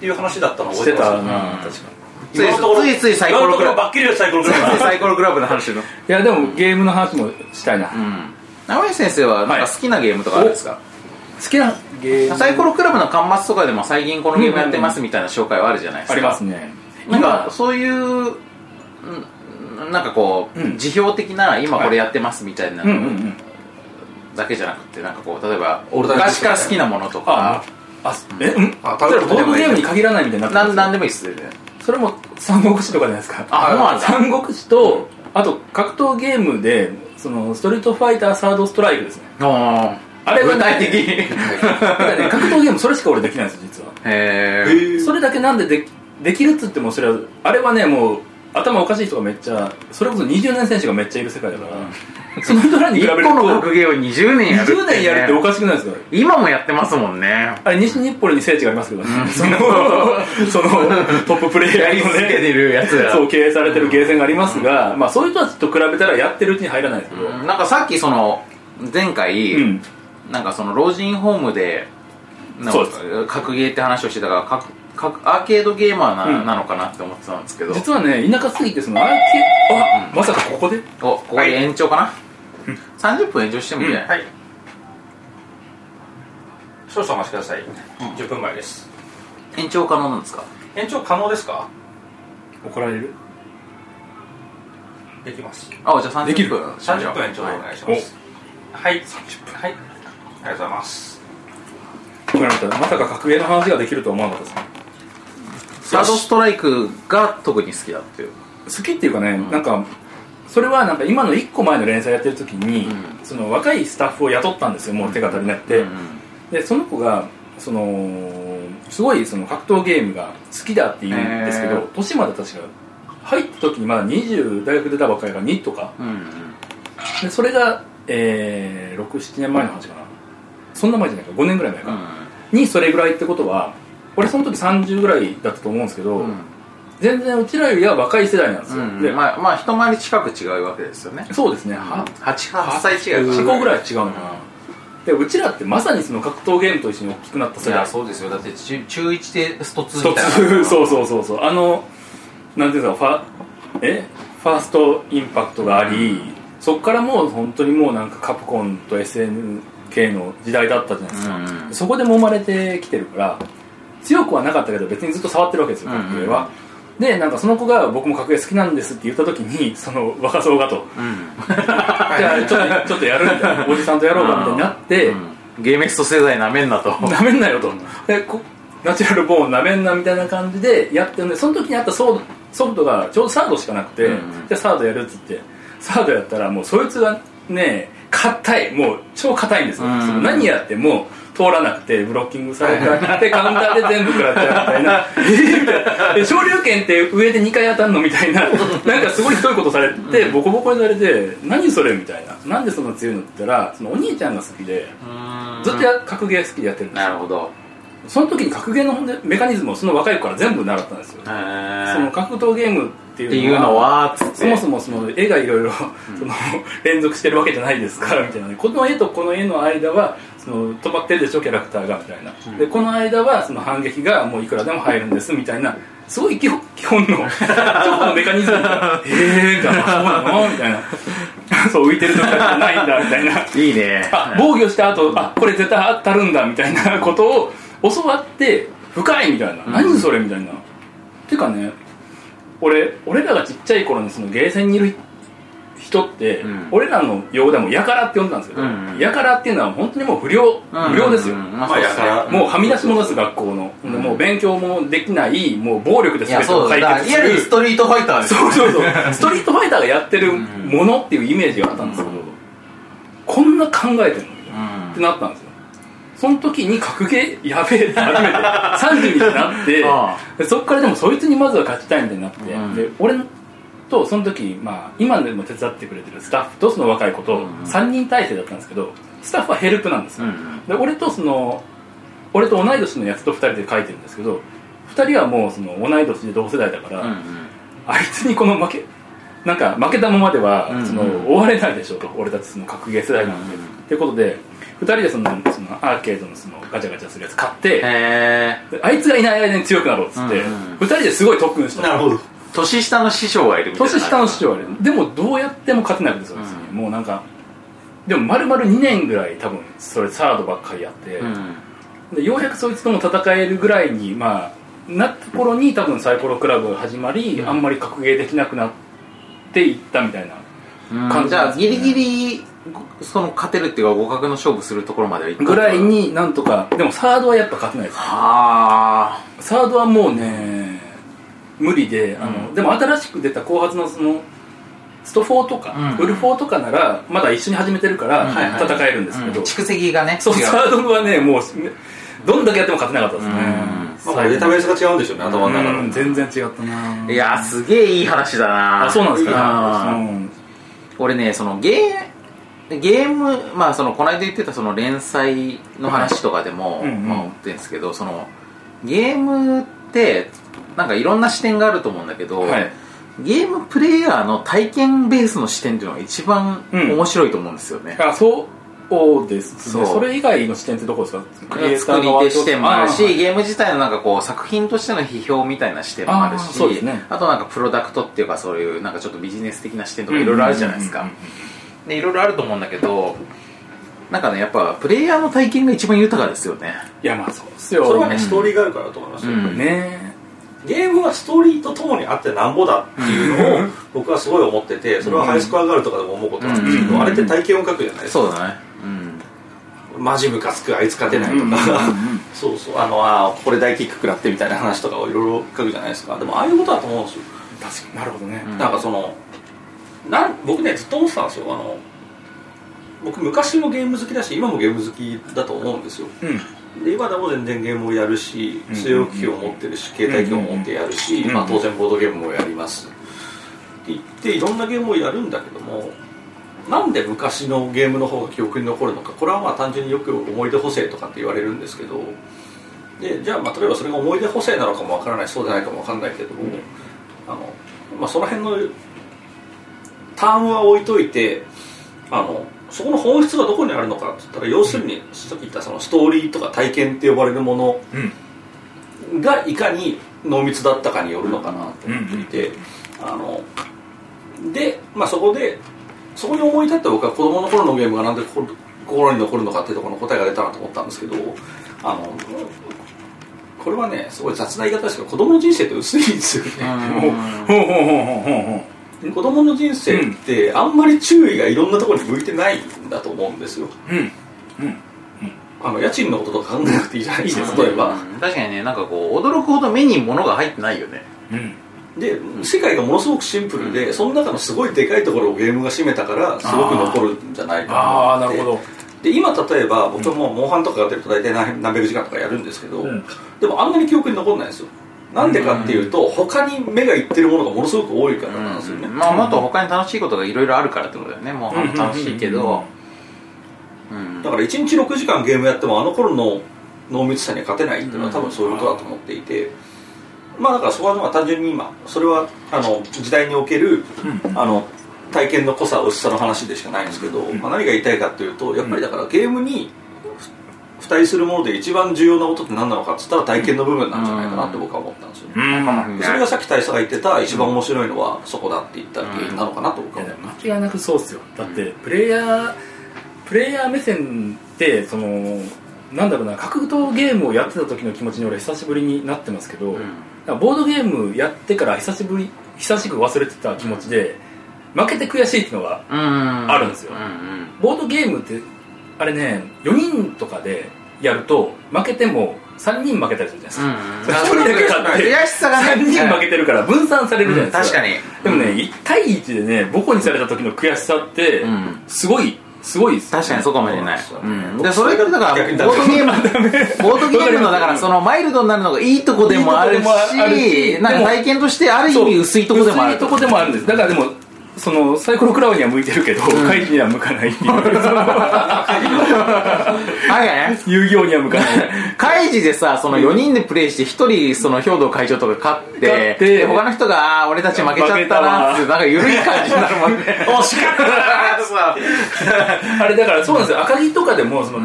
S3: ていう話だったのを
S4: し
S3: 覚え
S4: て
S3: てます
S4: た
S3: よ
S4: な、
S2: うん
S4: 確かに
S2: つい
S3: 今のところ
S2: ついついサイコロ
S3: 今のところ
S2: クラブ
S3: ばっきりサイコロクラブ
S2: サイコロクラブの話の
S4: いやでもゲームの話もしたいな、
S2: うん名古屋先生はなんか好きなゲームとかあるんですか、
S4: 好きなゲーム
S2: サイコロクラブの端末とかでも最近このゲームやってますみたいな紹介はあるじゃないですか、
S4: ありますね
S2: なんかそういううんなんかこう、
S4: うん
S2: 辞表的な今これやってますみたいな
S4: うんうんうん
S2: だけじゃなくてなんかこう例えば
S3: オルタナティ
S2: 昔
S3: ブ
S2: から好きなものと
S4: あ
S2: か
S4: あえうん
S3: あ
S4: それボードゲームに限らないみたいになって
S2: なんなん
S4: で
S2: でもいいっすよね
S4: それも三国志とかじゃないですか
S2: あそうなんだ
S4: 三国志とあと格闘ゲームでそのストリートファイターサードストライクですね
S2: あ
S4: あれはね
S2: 具体的
S4: だからね格闘ゲームそれしか俺できないんですよ実は
S2: へー
S3: へー
S4: それだけなんでできできるっつってもそれはあれはねもう頭おかしい人がめっちゃそれこそ20年選手がめっちゃいる世界だからその人らに比
S2: 一
S4: べると
S2: 個の学芸を20年やるって、ね、
S4: 20年やるっておかしくないですか
S2: 今もやってますもんね
S4: あれ西日暮里に聖地がありますけどね、そのそのトッププレイ
S2: や
S4: ヤー
S2: り
S4: の
S2: 続けて
S4: ね
S2: るやつら
S4: そう経営されてるゲーセンがありますが、まあ、そういう人たちと比べたらやってるうちに入らないですけど、
S2: うんなんかさっきその前回、
S4: うん
S2: なんかその老人ホームでなんか
S4: そうで
S2: 格ゲーって話をしてたからかかアーケードゲーマーな,、
S4: うん
S2: なのかなって思ってたんですけど
S4: 実はね田舎すぎてそのアーケあ、まさかここで
S2: おここで延長かな、30分延長してもいいんじゃない、
S3: はい少々お待ちください、10分前です
S2: 延長可能なんですか
S3: 延長可能ですか
S4: 怒られる
S3: できます
S2: あじゃあ
S4: でき
S2: 30
S4: る
S2: 分
S3: 30分延長でお願いしますはい30分はいありがとうございます
S4: 怒られたまさか格ゲーの話ができるとは思わなかったで
S2: サードストライクが特に好きだっていう
S4: す好きっていうかね、なんかそれはなんか今の1個前の連載やってる時に、
S2: うん
S4: その若いスタッフを雇ったんですよもう手が足りなくて、
S2: うん
S4: でその子がそのすごいその格闘ゲームが好きだって言うんですけど、
S2: へー
S4: 年まで確か入った時にまだ20大学出たばっかりが2とか
S2: うん
S4: でそれが、えー、67年前の話かなそんな前じゃないか5年ぐらい前
S2: う
S4: か、
S2: ん
S4: にそれぐらいってことは俺その時30ぐらいだったと思うんですけど、
S2: うん
S4: 全然うちらよりは若い世代なんですよ、
S2: うん
S4: で
S2: まあまあ一回り近く違うわけですよね
S4: そうですね、は
S2: 8, 8歳違う
S4: 8個ぐらい違うのかな、でうちらってまさにその格闘ゲームと一緒に大きくなった
S2: い
S4: 世代
S2: やそうですよだって中中1でスト2
S4: 一
S2: みたいな
S4: つそうそうそうそうあのなんていうんですかファえファーストインパクトがあり、そこからもう本当にもうなんかカプコンと SNK の時代だったじゃないですか、
S2: うん
S4: そこで揉まれてきてるから強くはなかったけど別にずっと触ってるわけですよ
S2: うんうん
S4: 格ゲーは、でなんかその子が僕も格ゲー好きなんですって言った時にその若そうがと
S2: うん
S4: じゃあちょっとちょっとやるみたいなおじさんとやろうかみたいになって、
S2: うんゲーメスト世代なめんなと
S4: なめんなよとでこナチュラルボーンをなめんなみたいな感じでやってるんでその時にあったソードソフトがちょうどサードしかなくて、
S2: うんうん
S4: じゃあサードやるっつってサードやったらもうそいつがね硬いもう超硬いんですよ、
S2: うんうん
S4: その何やっても通らなくてブロッキングされた でカウンターで全部食らっちゃうみたいなえーみたいなで昇竜拳って上で2回当たるのみたいななんかすごいひどいことされてボコボコにされて何それみたいななんでそんな強いのって言ったらそのお兄ちゃんが好きでずっとや格ゲー好きでやってるんですよ
S2: なるほど
S4: その時に格ゲーのほんでメカニズムをその若い子から全部習ったんですよ、
S2: へ
S4: その
S2: ーっ
S4: 格闘ゲームって
S2: て
S4: い
S2: いうう
S4: の
S2: の
S4: は
S2: はつって
S4: そもそもその絵がいろいろその連続してるわけじゃないですからみたいなねこの絵とこの絵の間はその止まってるでしょキャラクターがみたいな、でこの間はその反撃がもういくらでも入るんですみたいなすごい基本基本のちょっとのメカニズ ムが「えー」みたいな「そうなの?」みたいな「そう浮いてるとかじゃないんだ」みたいない
S2: いね
S4: あ防御した後あこれ絶対当たるんだみたいなことを教わって深いみたいな、
S2: うん
S4: 何それみたいなてかね俺俺らがちっちゃい頃のそのゲーセンにいる人って、
S2: うん
S4: 俺らの用語でもやからって呼んでたんですけど、
S2: うんうん
S4: やからっていうのは本当にもう不良、
S2: うん
S4: 不良ですよ、
S2: うんまあ
S3: ま
S2: そう
S3: あ
S2: で
S3: や
S2: す
S3: か
S2: ね
S3: ら
S4: もうはみ出し物です学校の、
S2: ん
S4: もう勉強もできないもう暴力で
S2: い
S4: 全
S2: や
S4: てを
S2: そうだ
S4: 解
S2: だから
S4: 決
S2: リ
S4: す
S2: アル
S4: る
S2: にストリートファイターです
S4: そうそうそう ストリートファイターがやってるものっていうイメージがあったんですけど、こんな考えてるの
S2: うん
S4: ってなったんですよその時に格ゲーやべえって初めて30になって
S2: あ
S4: でそっからでもそいつにまずは勝ちたいみたいになって、
S2: うん
S4: で俺とその時、まあ、今でも手伝ってくれてるスタッフとその若い子と
S2: うん
S4: 3人体制だったんですけどスタッフはヘルプなんです
S2: う
S4: よ、
S2: ん
S4: で俺とその俺と同い年のやつと2人で書いてるんですけど2人はもうその同い年で同世代だから、
S2: うん
S4: あいつにこの負けなんか負けたままでは
S2: うんうん
S4: その終われないでしょうと俺たちその格ゲー世代なんで、
S2: うんうん
S4: ってことで2人でそのそのアーケードのそのガチャガチャするやつ買って、
S2: へえ
S4: あいつがいない間に強くなろうっつって、
S2: うんうんうん
S4: 2人ですごい特訓した
S3: なるほど
S2: 年下の師匠がいるみたいな
S4: 年下の師匠はねでもどうやっても勝てなくてそうですね、もうなんかでも丸々2年ぐらい多分それサードばっかりやって、
S2: うん
S4: でようやくそいつとも戦えるぐらいにまあなった頃に多分サイコロクラブが始まり、
S2: うん
S4: あんまり格ゲーできなくなっていったみたいな
S2: うんじゃあギリギリその勝てるっていうか互角の勝負するところまではいった
S4: ぐらいになんとかでもサードはやっぱ勝てないです
S2: はあ
S4: サードはもうね無理であの、でも新しく出た後発のそのスト4とか、
S2: うん
S4: ウル4とかならまだ一緒に始めてるから
S2: はいはい
S4: 戦えるんですけど、
S2: うん蓄積がね
S4: そう
S2: 違
S4: サードはねもうどんだけやっても勝てなかったですね
S3: まあ、データベースが違うんでしょうね頭の中
S4: う
S3: の
S4: ん全然違ったない
S2: やーすげえいい話だな
S4: あそうなんです
S2: いい
S4: か
S2: な
S4: うん
S2: 俺ねそのゲーゲームまあそのこの間言ってたその連載の話とかでも、
S4: はいうんうん
S2: まあ、思ってるんですけどそのゲームってなんかいろんな視点があると思うんだけど、
S4: はい
S2: ゲームプレイヤーの体験ベースの視点っていうのが一番
S4: うん
S2: 面白いと思うんですよね、
S4: あそうです
S2: そ
S4: ね
S2: う
S4: それ以外の視点ってどこですかクリエイタ
S2: 作
S4: ー
S2: り
S4: 側って
S2: 手
S4: こと
S2: 視点もあるし、
S4: はい
S2: ゲーム自体のなんかこう作品としての批評みたいな視点もある
S4: あー
S2: し
S4: そうですね
S2: あとなんかプロダクトっていうかそういうなんかちょっとビジネス的な視点とかいろいろあるじゃないですか、
S4: うんうんうん
S2: でいろいろあると思うんだけどなんかねやっぱプレイヤーの体験が一番豊かですよね
S4: いやまあそうですよ
S3: それはね、
S2: うん
S3: ストーリーがあるからだと思いますよ、
S2: うん
S4: ね
S3: ゲームはストーリーとともにあってなんぼだっていうのを僕はすごい思っててそれはハイスコアガールとかでも思うことなんですけど、
S2: うん
S3: あれって体験を書くじゃないですか
S2: そうだね うん
S3: マジムカつくあいつ勝てないとか、 そうそうあのあーこれ大キック食らってみたいな話とかをいろいろ書くじゃないですかでもああいうことだと思うんですよ、
S4: 確かになるほどね
S2: うん
S3: なんかそのなん僕ねずっと思ってたんですよあの僕昔もゲーム好きだし今もゲーム好きだと思うんですよ
S4: うん
S3: で今でも全然ゲームをやるし
S4: うん
S3: 据え置き機を持ってるし携帯機を持ってやるし、
S4: うん
S3: まあ、当然ボードゲームもやりますって言っていろんなゲームをやるんだけどもなんで昔のゲームの方が記憶に残るのかこれはまあ単純によく思い出補正とかって言われるんですけどでじゃあまあ例えばそれが思い出補正なのかもわからないそうじゃないかもわかんないけども、あのまあ、その辺のタームは置いといてあのそこの本質がどこにあるのかって言ったら要するにさっき言ったそのストーリーとか体験って呼ばれるもの
S4: うん
S3: がいかに濃密だったかによるのかなと
S4: うんう
S3: 思ってい
S4: ん
S3: て、あので、まあ、そこでそこに思い立って僕は子供の頃のゲームがなんで心心に残るのかっていうところの答えが出たなと思ったんですけどあのこれはねすごい雑な言い方ですけど子供の人生って薄いんですよね。
S4: ほうほうほうほうほうほう
S3: 子供の人生ってあんまり注意がいろんなところに向いてないんだと思うんですよ
S4: うん
S3: あの家賃のこととか考えなくていいじゃないですか例えば
S2: うん確かにねなんかこう驚くほど目に物が入ってないよね
S4: うん
S3: で世界がものすごくシンプルで、その中のすごいでかいところをゲームが占めたからすごく残るんじゃない
S4: あ
S3: か
S4: あ
S3: な
S4: な
S3: って
S4: るほど
S3: で今例えば僕もモンハンとかやってると大体何何百時間とかやるんですけど、
S4: うん
S3: でもあんなに記憶に残んないんですよなんでかっていうと、他に目がいってるものがものすごく多いからなんですよね、
S2: うんまあもっと他に楽しいことがいろいろあるからってことだよねも
S4: うん
S2: う楽しいけどうん
S3: だから1日6時間ゲームやってもあの頃の濃密さには勝てないっていうのは多分そういうことだと思っていて、まあだからそこはまあ単純に今それはあの時代における、あの体験の濃さ薄さの話でしかないんですけど、まあ、何が言いたいかっていうとやっぱりだからゲームに付帯するもので一番重要なことって何なのかっつったら体験の部分なんじゃないかなって僕は思ったんですよね、
S4: うんまあ
S2: うん
S3: それがさっき大佐が言ってた一番面白いのはそこだって言った原因なのかなと僕
S4: い
S3: は
S4: や
S3: 思
S4: で
S3: う
S4: も間違いなくそうっすよだってプレイヤープレイヤー目線ってそのなんだろうな格闘ゲームをやってた時の気持ちに俺久しぶりになってますけど、
S2: う
S4: だ
S2: ん
S4: からボードゲームやってから久しぶり久しく忘れてた気持ちで負けて悔しいっていうのが
S2: うん
S4: あるんですよ
S2: う うん
S4: ボードゲームってあれね4人とかでやると負けても3人負けたりするじゃないです
S2: うん
S4: か、
S2: うん
S4: それそれだけ勝って
S2: 悔しさがね
S4: 3人負けてるから分散されるじゃ
S2: う
S4: なんいで
S2: 確
S4: すか、
S2: かに
S4: でもね1対1でねボコにされた時の悔しさって、
S2: うん
S4: すごいすごいですよ
S2: 確かにそうかもしれない
S3: そう、
S2: うん、でそれってだか
S3: 逆に
S2: ら
S3: ダメ
S2: ボードゲームボードゲームのだからそのマイルドになるのがいいとこでもあるし
S4: いいとこでもあるし
S2: なんか体験としてある意味薄いとこでもある
S4: 薄いとこでもあるんですだからでもそのサイコロクラウンには向いてるけど、会議には向かな いっていう
S2: あれね
S4: 遊戯王には向かない
S2: 開示でさその4人でプレイして1人その兵道会長とか勝って
S4: 勝って
S2: で他の人が「あー俺たち負けちゃったな」って
S4: 負けた
S2: な
S4: わ
S2: んか緩い感じになるもんね
S4: 惜し かっ
S2: さ
S4: あれだからそうなんですよ赤木とかでもその、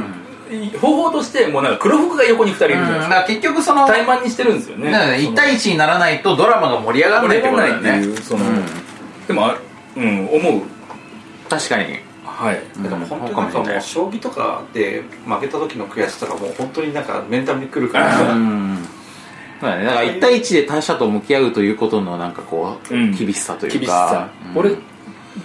S4: 方法としてもうなんか黒服が横に2人いるじゃないで
S2: だ
S4: す
S2: か
S4: から
S2: 結局その
S4: 怠慢にしてるんですよね
S2: だからね一対一にならないとドラマが盛り上がらないってことだよ
S4: 盛り上がらな
S2: ね
S4: いっていうその
S2: ん
S4: でもあうん思う
S2: 確かに
S4: はい
S3: でも本当になんかもう将棋とかで負けた時の悔しさがもう本当になんかメンタルにくるから、
S2: うんそうだねだから一対一で他者と向き合うということのなんかこう、
S4: うん
S2: 厳しさというか
S4: 厳しさ、
S2: うん
S4: 俺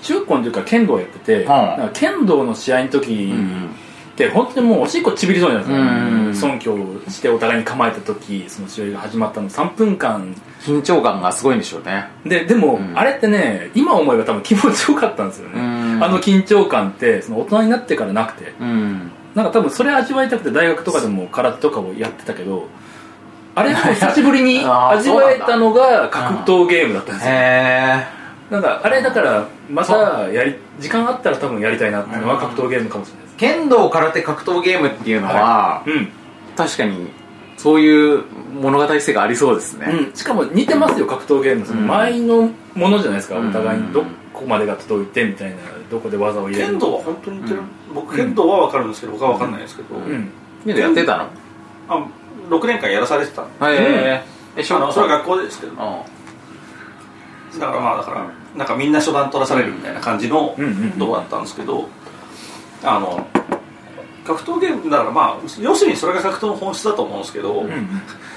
S4: 中高の時から剣道やってて、
S2: ん
S4: なんか剣道の試合の時
S2: うん
S4: って本当にもうおしっこちびりそうになるんです
S2: う
S4: よ、ね、尊敬してお互いに構えた時その試合が始まったの3分間
S2: 緊張感がすごいんでしょうね
S4: ででも、
S2: ん
S4: あれってね今思えば多分気持ちよかったんですよね、
S2: うん
S4: あの緊張感ってその大人になってからなくて
S2: うん
S4: なんか多分それ味わいたくて大学とかでも空手とかをやってたけどあれを久しぶりに
S2: あー
S4: 味わえたのが格闘ゲームだったんですよ
S2: へえ
S4: なんかあれだからまたやり時間あったら多分やりたいなっていうのは格闘ゲームかもしれないです
S2: 剣道空手格闘ゲームっていうのは、
S4: うん
S2: 確かにそういう物語性がありそうですね、
S4: うん、しかも似てますよ格闘ゲームその
S2: うん
S4: 前のものじゃないですか、
S2: うん
S4: お互いにどこまでが届いてみたいなどこで技を入れる
S3: 剣道は本当に似てる、僕剣道は分かるんですけど他は分かんないですけど、
S4: うん
S2: でやってたの
S3: あ6年間やらされてたんで
S2: へえ
S3: あのそれは学校ですけどだか
S2: うん
S3: らまあだからなんかみんな初段取らされるみたいな感じの
S4: うんうんうん
S3: とこだったんですけどあの格闘ゲームだからまあ要するにそれが格闘の本質だと思うんですけど、
S4: うん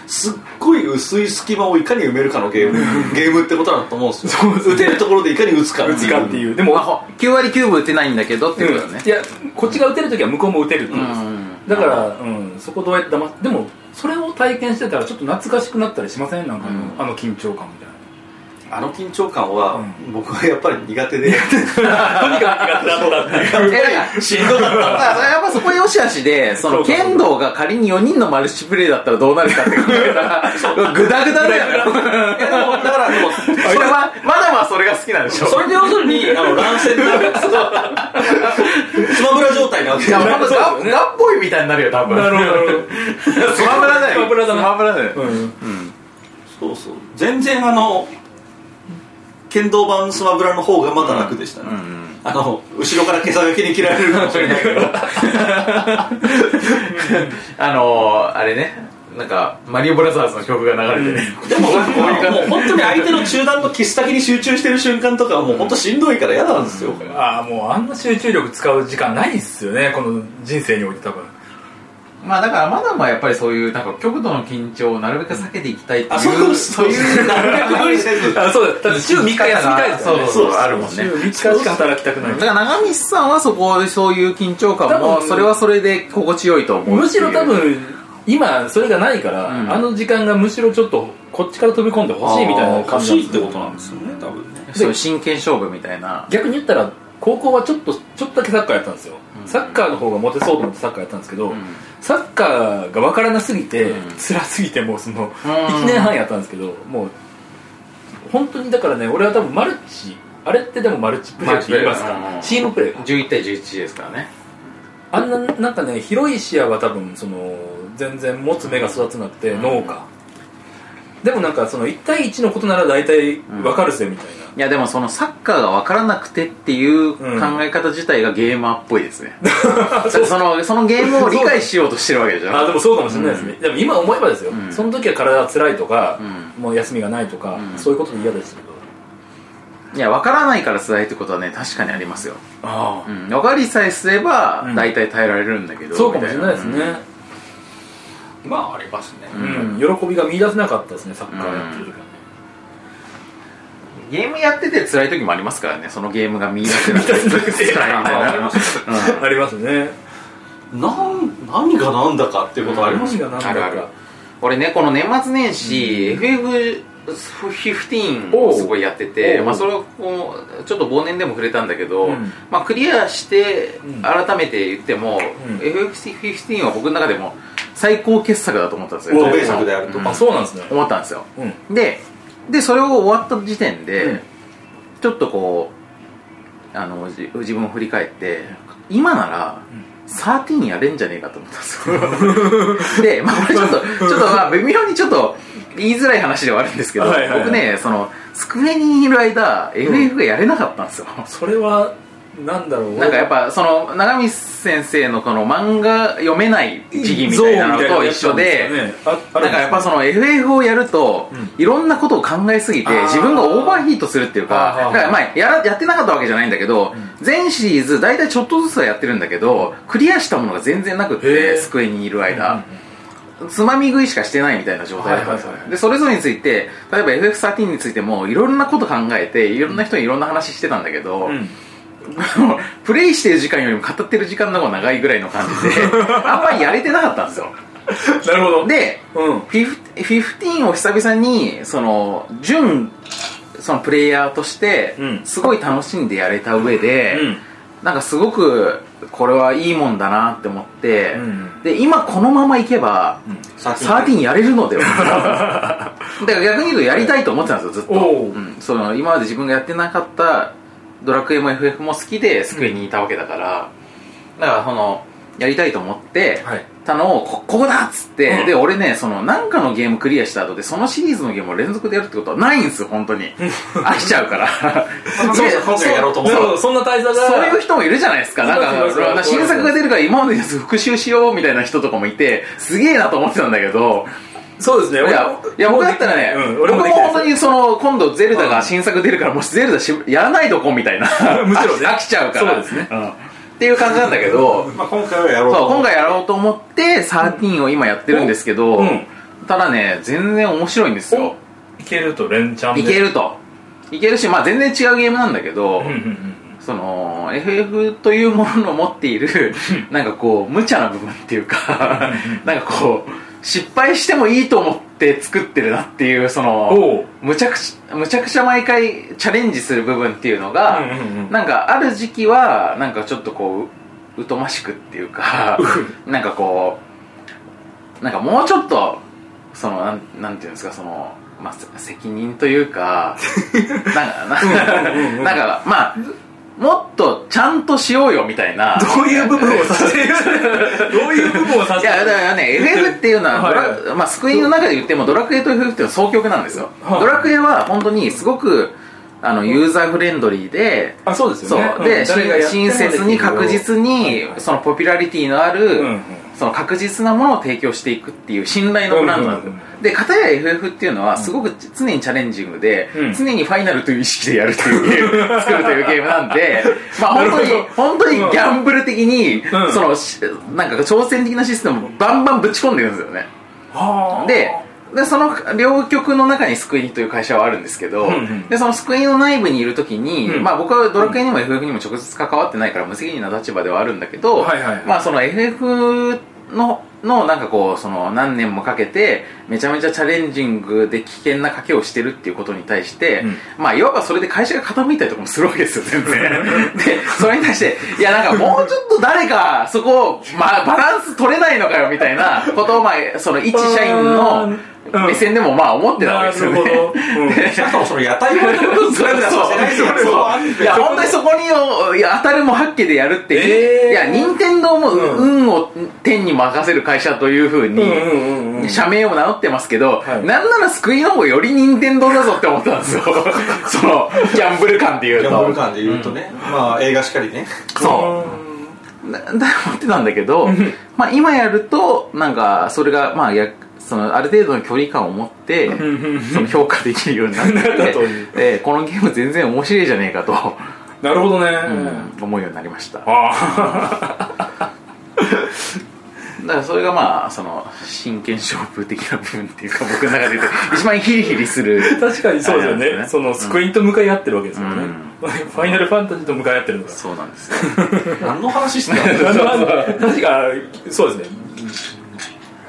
S3: すっごい薄い隙間をいかに埋めるかのゲームゲームってことだと思うんですよ
S4: そうですね
S3: 打てるところでいかに打つか
S4: 打つかっていう
S2: で
S4: で
S2: も
S4: も、
S2: 9割9分打てないんだけどっていうことだね
S4: いやこっちが打てるときは向こうも打てるってことです、
S2: うん
S4: だから、うん、そこどうやって黙ってでもそれを体験してたらちょっと懐かしくなったりしませんなんかあの、
S2: うん
S4: あの緊張感みたいな
S3: あの緊張感は
S4: う
S3: 僕はやっぱり苦 手で
S4: とにかく苦手だったっていう
S2: えだから
S3: しんどかっ
S2: だからやっぱそこよしあしでその
S4: そうそう
S2: 剣道が仮に4人のマルチプレイだったらどうなるかって考えたらグダグダだよね
S3: たいやでもだからでも
S2: それはまだまあそれが好きなんでしょ
S3: それで要するにあの乱戦になるんですよスマブラ状態なわけ
S2: い
S3: で
S2: やほんとガッガッポイみたいになるよ多分
S4: なるほどなる
S2: スマブラだよ
S4: スマブラだな
S2: スマブラだよ
S4: ほど、うん、
S3: そうそう全然あの剣道版スマブラの方がまだ楽でしたね、あの後ろから毛さがきに切られるかもしれない けど
S2: あのー、あれねなんかマリオブラザーズの曲が流れてね、
S3: でももう本当に相手の中段の切っ先に集中してる瞬間とかはもう本当しんどいから嫌なんですよ、
S4: ああもうあんな集中力使う時間ないっすよねこの人生において多分
S2: まあだからマダムはやっぱりそういうなんか極度の緊張をなるべく避けていきたいっていう
S3: あそう
S2: そういう
S3: なるべく無理せ ず
S4: あそうだだって週3日休みたいですよね
S2: そうそうそう
S3: そう
S2: あるもんね
S4: 週3日しか働きたくな
S2: だ
S4: い
S2: から長光さんはそこそういう緊張感
S4: 多
S2: も
S4: 分
S2: それはそれで心地よいと思うっていう
S4: むしろ多分今それがないから、
S2: うん
S4: あの時間がむしろちょっとこっちから飛び込んでほしいみたいな感
S3: 欲
S4: じな
S3: し
S4: ん
S3: いっ
S4: です
S3: て
S4: よ
S3: ことなんですよね多分ね
S2: そういう真剣勝負みたいな
S4: 逆に言ったら高校はちょっとちょっとだけサッカーやったんですよ、サッカーの方がモテそうと思ってサッカーやったんですけど、サッカーが分からなすぎて、辛すぎてもうその1年半やったんですけどもう本当にだからね俺は多分マルチあれってでもマルチプレーって言います
S2: マルチプレー
S4: か
S2: うん
S4: チームプレー
S2: 11対11ですからね
S4: あんななんかね広い視野は多分その全然持つ目が育つなくて農家、でもなんかその1対1のことなら大体分かるぜみたいな、
S2: いやでもそのサッカーが分からなくてっていう考え方自体がゲーマーっぽい ですね、だってそのそのゲームを理解しようとしてるわけじゃん
S4: あでもそうかもしれないですね、でも今思えばですよ、
S2: ん
S4: その時は体が辛いとか、
S2: う
S4: もう休みがないとか、
S2: うん
S4: そういうことで嫌でしたけど
S2: いや分からないから辛いってことはね確かにありますよ、
S4: あ
S2: う、ん、分かりさえすれば
S4: うん
S2: 大体耐えられるんだけど、
S4: そうかもしれないです
S2: み
S4: ね
S2: た、
S3: まあありますね、
S4: うんん喜びが見出せなかったですねサッカーやってる時はね、
S2: ゲームやってて辛い時もありますからねそのゲームが見出せなくて
S4: 見出せなく
S2: 辛
S4: て
S2: いみたい
S3: ああり
S2: な
S3: ます
S4: ありますね
S3: なん何が何だかっていうことはありますよ、
S4: 何が何だか
S2: あるある俺ねこの年末年始、FF15
S4: おう
S2: をすごいやってて、
S4: おう
S2: まあ、それをこうちょっと忘年でも触れたんだけど、
S4: うん
S2: まあ、クリアして
S4: うん
S2: 改めて言っても、
S4: うん
S2: FF15 は僕の中でも最高傑作だと思ったんですよ
S3: 同米作であるとか、
S4: あそうなんですね
S2: 思ったんですよ
S4: うん
S2: ででそれを終わった時点で、
S4: うん
S2: ちょっとこうあのじ自分を振り返って今なら
S4: うん
S2: 13やれんじゃねえかと思ったんですよ で、まあ、これちょっとちょっとまあ微妙にちょっと言いづらい話ではあるんですけど、
S4: はいはいはい
S2: 僕ねその机にいる間 FF がやれなかったんですよ、
S4: それはなんだろう
S2: なんかやっぱその長光先生のこの漫画読めない時期みたいなのと一緒でなんかやっぱその FF をやると、
S4: うん
S2: いろんなことを考えすぎて
S4: あー
S2: 自分がオーバーヒートするっていう
S4: あー
S2: か
S4: はー
S2: だからまあやらやってなかったわけじゃないんだけど、全シリーズ大体ちょっとずつはやってるんだけどクリアしたものが全然なくっ
S4: へー
S2: て机にいる間、つまみ食いしかしてないみたいな状態だったんですよ、
S4: はいはいはい
S2: でそれぞれについて例えば FF13 についてもいろんなこと考えていろんな人にいろんな話してたんだけど、
S4: うん
S2: あの プレイしてる時間よりも語ってる時間の方が長いぐらいの感じで あんまりやれてなかったんですよ
S4: なるほど
S2: で
S4: うん
S2: フィフフィフティーンを久々にその純そのプレイヤーとして
S4: うん
S2: すごい楽しんでやれた上で、
S4: うん
S2: なんかすごくこれはいいもんだなって思って、
S4: うん
S2: で今このままいけば、13やれる のではだから逆に言うとやりたいと思ってたんですよずっと、
S4: おう
S2: うんその今まで自分がやってなかったドラクエも FF も好きで机にいたわけだから、だからそのやりたいと思って、
S4: はい
S2: たのをこここだっつって、で俺ねそのなんかのゲームクリアした後でそのシリーズのゲームを連続でやるってことはないんですよ本当に飽きちゃうから
S3: そう
S2: で
S3: そう今回やろうと思った
S2: そ
S4: そうそんな大差が
S2: そういう人もいるじゃないですかなん
S4: そうそうそう
S2: か新作が出るから今までのやつ復習しようみたいな人とかもいてすげえなと思ってたんだけど
S4: そうですね
S2: いやいや僕だったらね、
S4: うん
S2: 僕
S4: 俺
S2: も
S4: もでき
S2: 本
S4: な
S2: 当
S4: いで
S2: にその今度ゼルダが新作出るからもしゼルダしやらないとこみたいな
S4: むしろ ね
S2: 飽き飽きちゃうから
S4: そうですね
S2: んっていう感じなんだけど
S3: まあ、今回はやろう
S2: そう今
S3: 回
S2: 回やろうと思って13を今やってるんですけど、
S4: うん
S2: ただね全然面白いんですよ
S4: すいけると連チャンで
S2: いけるといけるしまあ全然違うゲームなんだけど、
S4: うんうんうん
S2: その FF というものの持っているなんかこう無茶な部分っていうかなんかこう失敗してもいいと思って作ってるなっていうその
S4: おう
S2: むちゃくちゃむちゃくちゃ毎回チャレンジする部分っていうのが、
S4: うんうんうん
S2: なんかある時期はなんかちょっとこうう疎ましくっていうかなんかこうなんかもうちょっとそのなんなんていうんですかその、まあ、せ責任という かなんかななんかまあもっとちゃんとしようよみたいな
S4: どういう部分を指して るどういう部分を指し
S2: い
S4: て
S2: やだ
S4: る
S2: から ね FF っていうのはドラ、
S4: はい
S2: まあ、救いの中で言ってもドラクエと FF っていうのは双極なんですよ、
S4: はい
S2: ドラクエは本当にすごくあのユーザーフレンドリーで、
S4: あそうです
S2: そ
S4: よね
S2: うで、
S4: ん誰がやっても
S2: 親切に確
S4: できる
S2: 実にそのポピュラリティのある、
S4: うんうん
S2: その確実なものを提供していくっていう信頼のブランドなんですよ、
S4: うんうん
S2: で片や FF っていうのはすごく常にチャレンジングで、
S4: うん
S2: 常にファイナルという意識でやるっていうゲーム作るというゲームなん でまあ本当
S4: なる
S2: に
S4: ほど
S2: 本当にギャンブル的に、
S4: うん
S2: そのしなんか挑戦的なシステムをバンバンぶち込んでるんですよね
S4: はあ
S2: ででその両局の中にスクイニという会社はあるんですけど、
S4: うんうん
S2: でそのスクイニの内部にいるときに、
S4: うん
S2: まあ、僕はドラクエにも FF にも直接関わってないから無責任な立場ではあるんだけど、
S4: はいはいはい
S2: まあ、その FF ののなんかこうその何年もかけてめちゃめちゃチャレンジングで危険な賭けをしてるっていうことに対して、
S4: うん
S2: まあいわばそれで会社が傾いたりとかもするわけ ですよ全然でそれに対していやなんかもうちょっと誰かそこを、まあ、バランス取れないのかよみたいなことをまあその一社員の目線でもまあ思ってたわけですよね
S4: なるほどうん
S2: で
S3: しかもその屋台も ずらずらさせないで
S2: そうそういや本当にそこによいや当たるも八家でやるって、
S4: えー
S2: いや任天堂も
S4: うん
S2: 運を天に任せる会社というふうに、
S4: うんうんうんうん
S2: 社名を名乗ってますけど、
S4: はい
S2: なんなら救いの方より任天堂だぞって思ったん ですよそのギャンブル感でいう
S3: ギ
S2: と
S3: ャンブル感で言うとね、まあ映画しかりね
S2: そう
S4: う
S2: なだ 思ってたんだけど
S4: ん
S2: まあ今やるとなんかそれがまあやそのある程度の距離感を持って
S4: ん
S2: その評価できるようにな って
S4: なったという
S2: でこのゲーム全然面白いじゃねえかと、
S4: なるほどね、
S2: うん思うようになりましただか
S4: ああ
S2: らそれがまあその真剣勝負的な部分っていうか僕の中で言うと一番ヒリヒリする
S4: 確かにそうですよね
S2: あれなんです
S4: そ
S2: よね
S4: のスクイーンと向かい合ってるわけですもんね、
S2: うん
S4: ファイナルファンタジーと向かい合ってるのが
S2: そうなん ですよ
S3: 何の話してたの
S4: あの 確かそうですね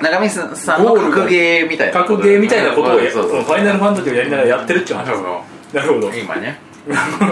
S2: 中見さんの格ゲーみたいな
S4: 格ゲーみたいなことをや
S2: そう
S4: そ
S2: そ
S4: の
S2: う
S4: ファイナルファンタジーをやりながらやってるっていう話
S2: そう
S4: なるほど
S2: 今ね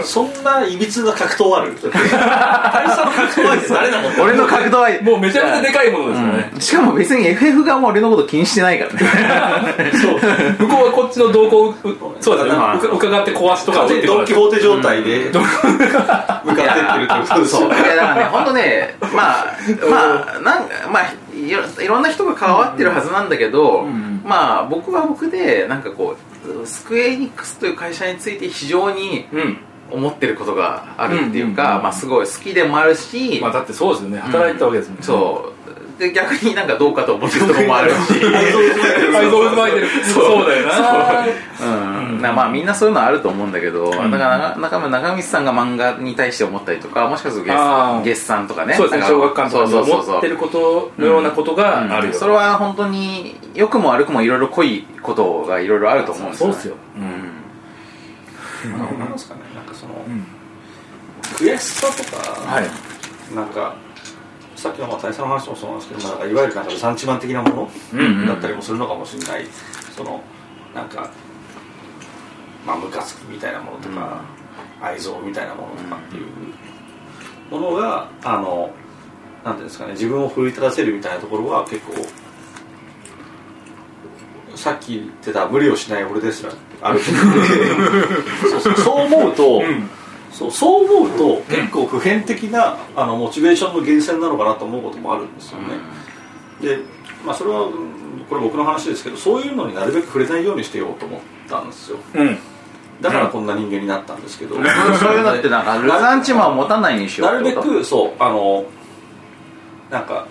S3: そんないびつな格闘ある大佐の格闘相手誰なの
S2: 俺の格闘愛
S4: もうめちゃめちゃでかいものですよね、
S2: うんしかも別に FF がもう俺のこと気にしてないからね
S4: そう向こうはこっちの動向をうそうだね
S2: まあ
S4: うか伺って壊しとかを
S3: 完
S4: 打
S3: 全
S4: っ
S3: に
S4: てく
S3: ドン・
S4: る
S3: キホーテ状態で向かってってるということです
S2: そう
S3: よ
S2: いやだ からね本当ねまあまあなんかまあいろいろんな人が関わってるはずなんだけど、
S4: ん
S2: まあ僕は僕でなんかこうスクエニックスという会社について非常に
S4: うん
S2: 思ってることがあるっていうか、
S4: うんうんうん
S2: まあすごい好きでもあるし、
S4: まあだってそうですよね働いてたわけですもんね、
S2: そうで逆になんかどうかと思ってるとこもあるし、
S4: 愛憎渦巻いてるそうだよ な
S2: うん、なまあみんなそういうのあると思うんだけど、
S4: ん
S2: だからな中中道さんが漫画に対して思ったりとかもしかすると月
S4: あー
S2: 月産とかね
S4: そうですね
S2: なん
S4: 小学館とかに
S2: そうそうそうそう
S4: 思ってることのようなことがあるよ、
S2: それは本当に良くも悪くもいろいろ濃いことがいろいろあると思うんです
S4: そう
S2: よ、
S4: っ
S2: ね、
S4: すよ、
S2: うん
S3: なんですかねなんかその
S4: うん
S3: 悔しさとか、
S4: はい
S3: なんかさっきのまあ大佐の話もそうなんですけど、まあ、なんかいわゆるなんか産地マン的なも
S4: うんうんう
S3: の
S4: ん
S3: だったりもするのかもしれない、そのなんかまあムカつきみたいなものとか、愛憎みたいなものとかっていうものがあのなんていうんですかね自分を奮い立たせるみたいなところは結構さっき言ってた無理をしない俺ですらある そうそうそう思うと、
S4: うん
S3: そうそう思うと結構普遍的な、あのモチベーションの源泉なのかなと思うこともあるんですよね、で、まあ、それはうんこれ僕の話ですけどそういうのになるべく触れないようにしてようと思ったんですよ
S4: うん
S3: だからこんな人間になったんですけど、
S2: そういうのってなんかルザンチマンを持たないようにしよう
S3: なる
S2: って
S3: べ
S2: こと
S3: くそうあのなんか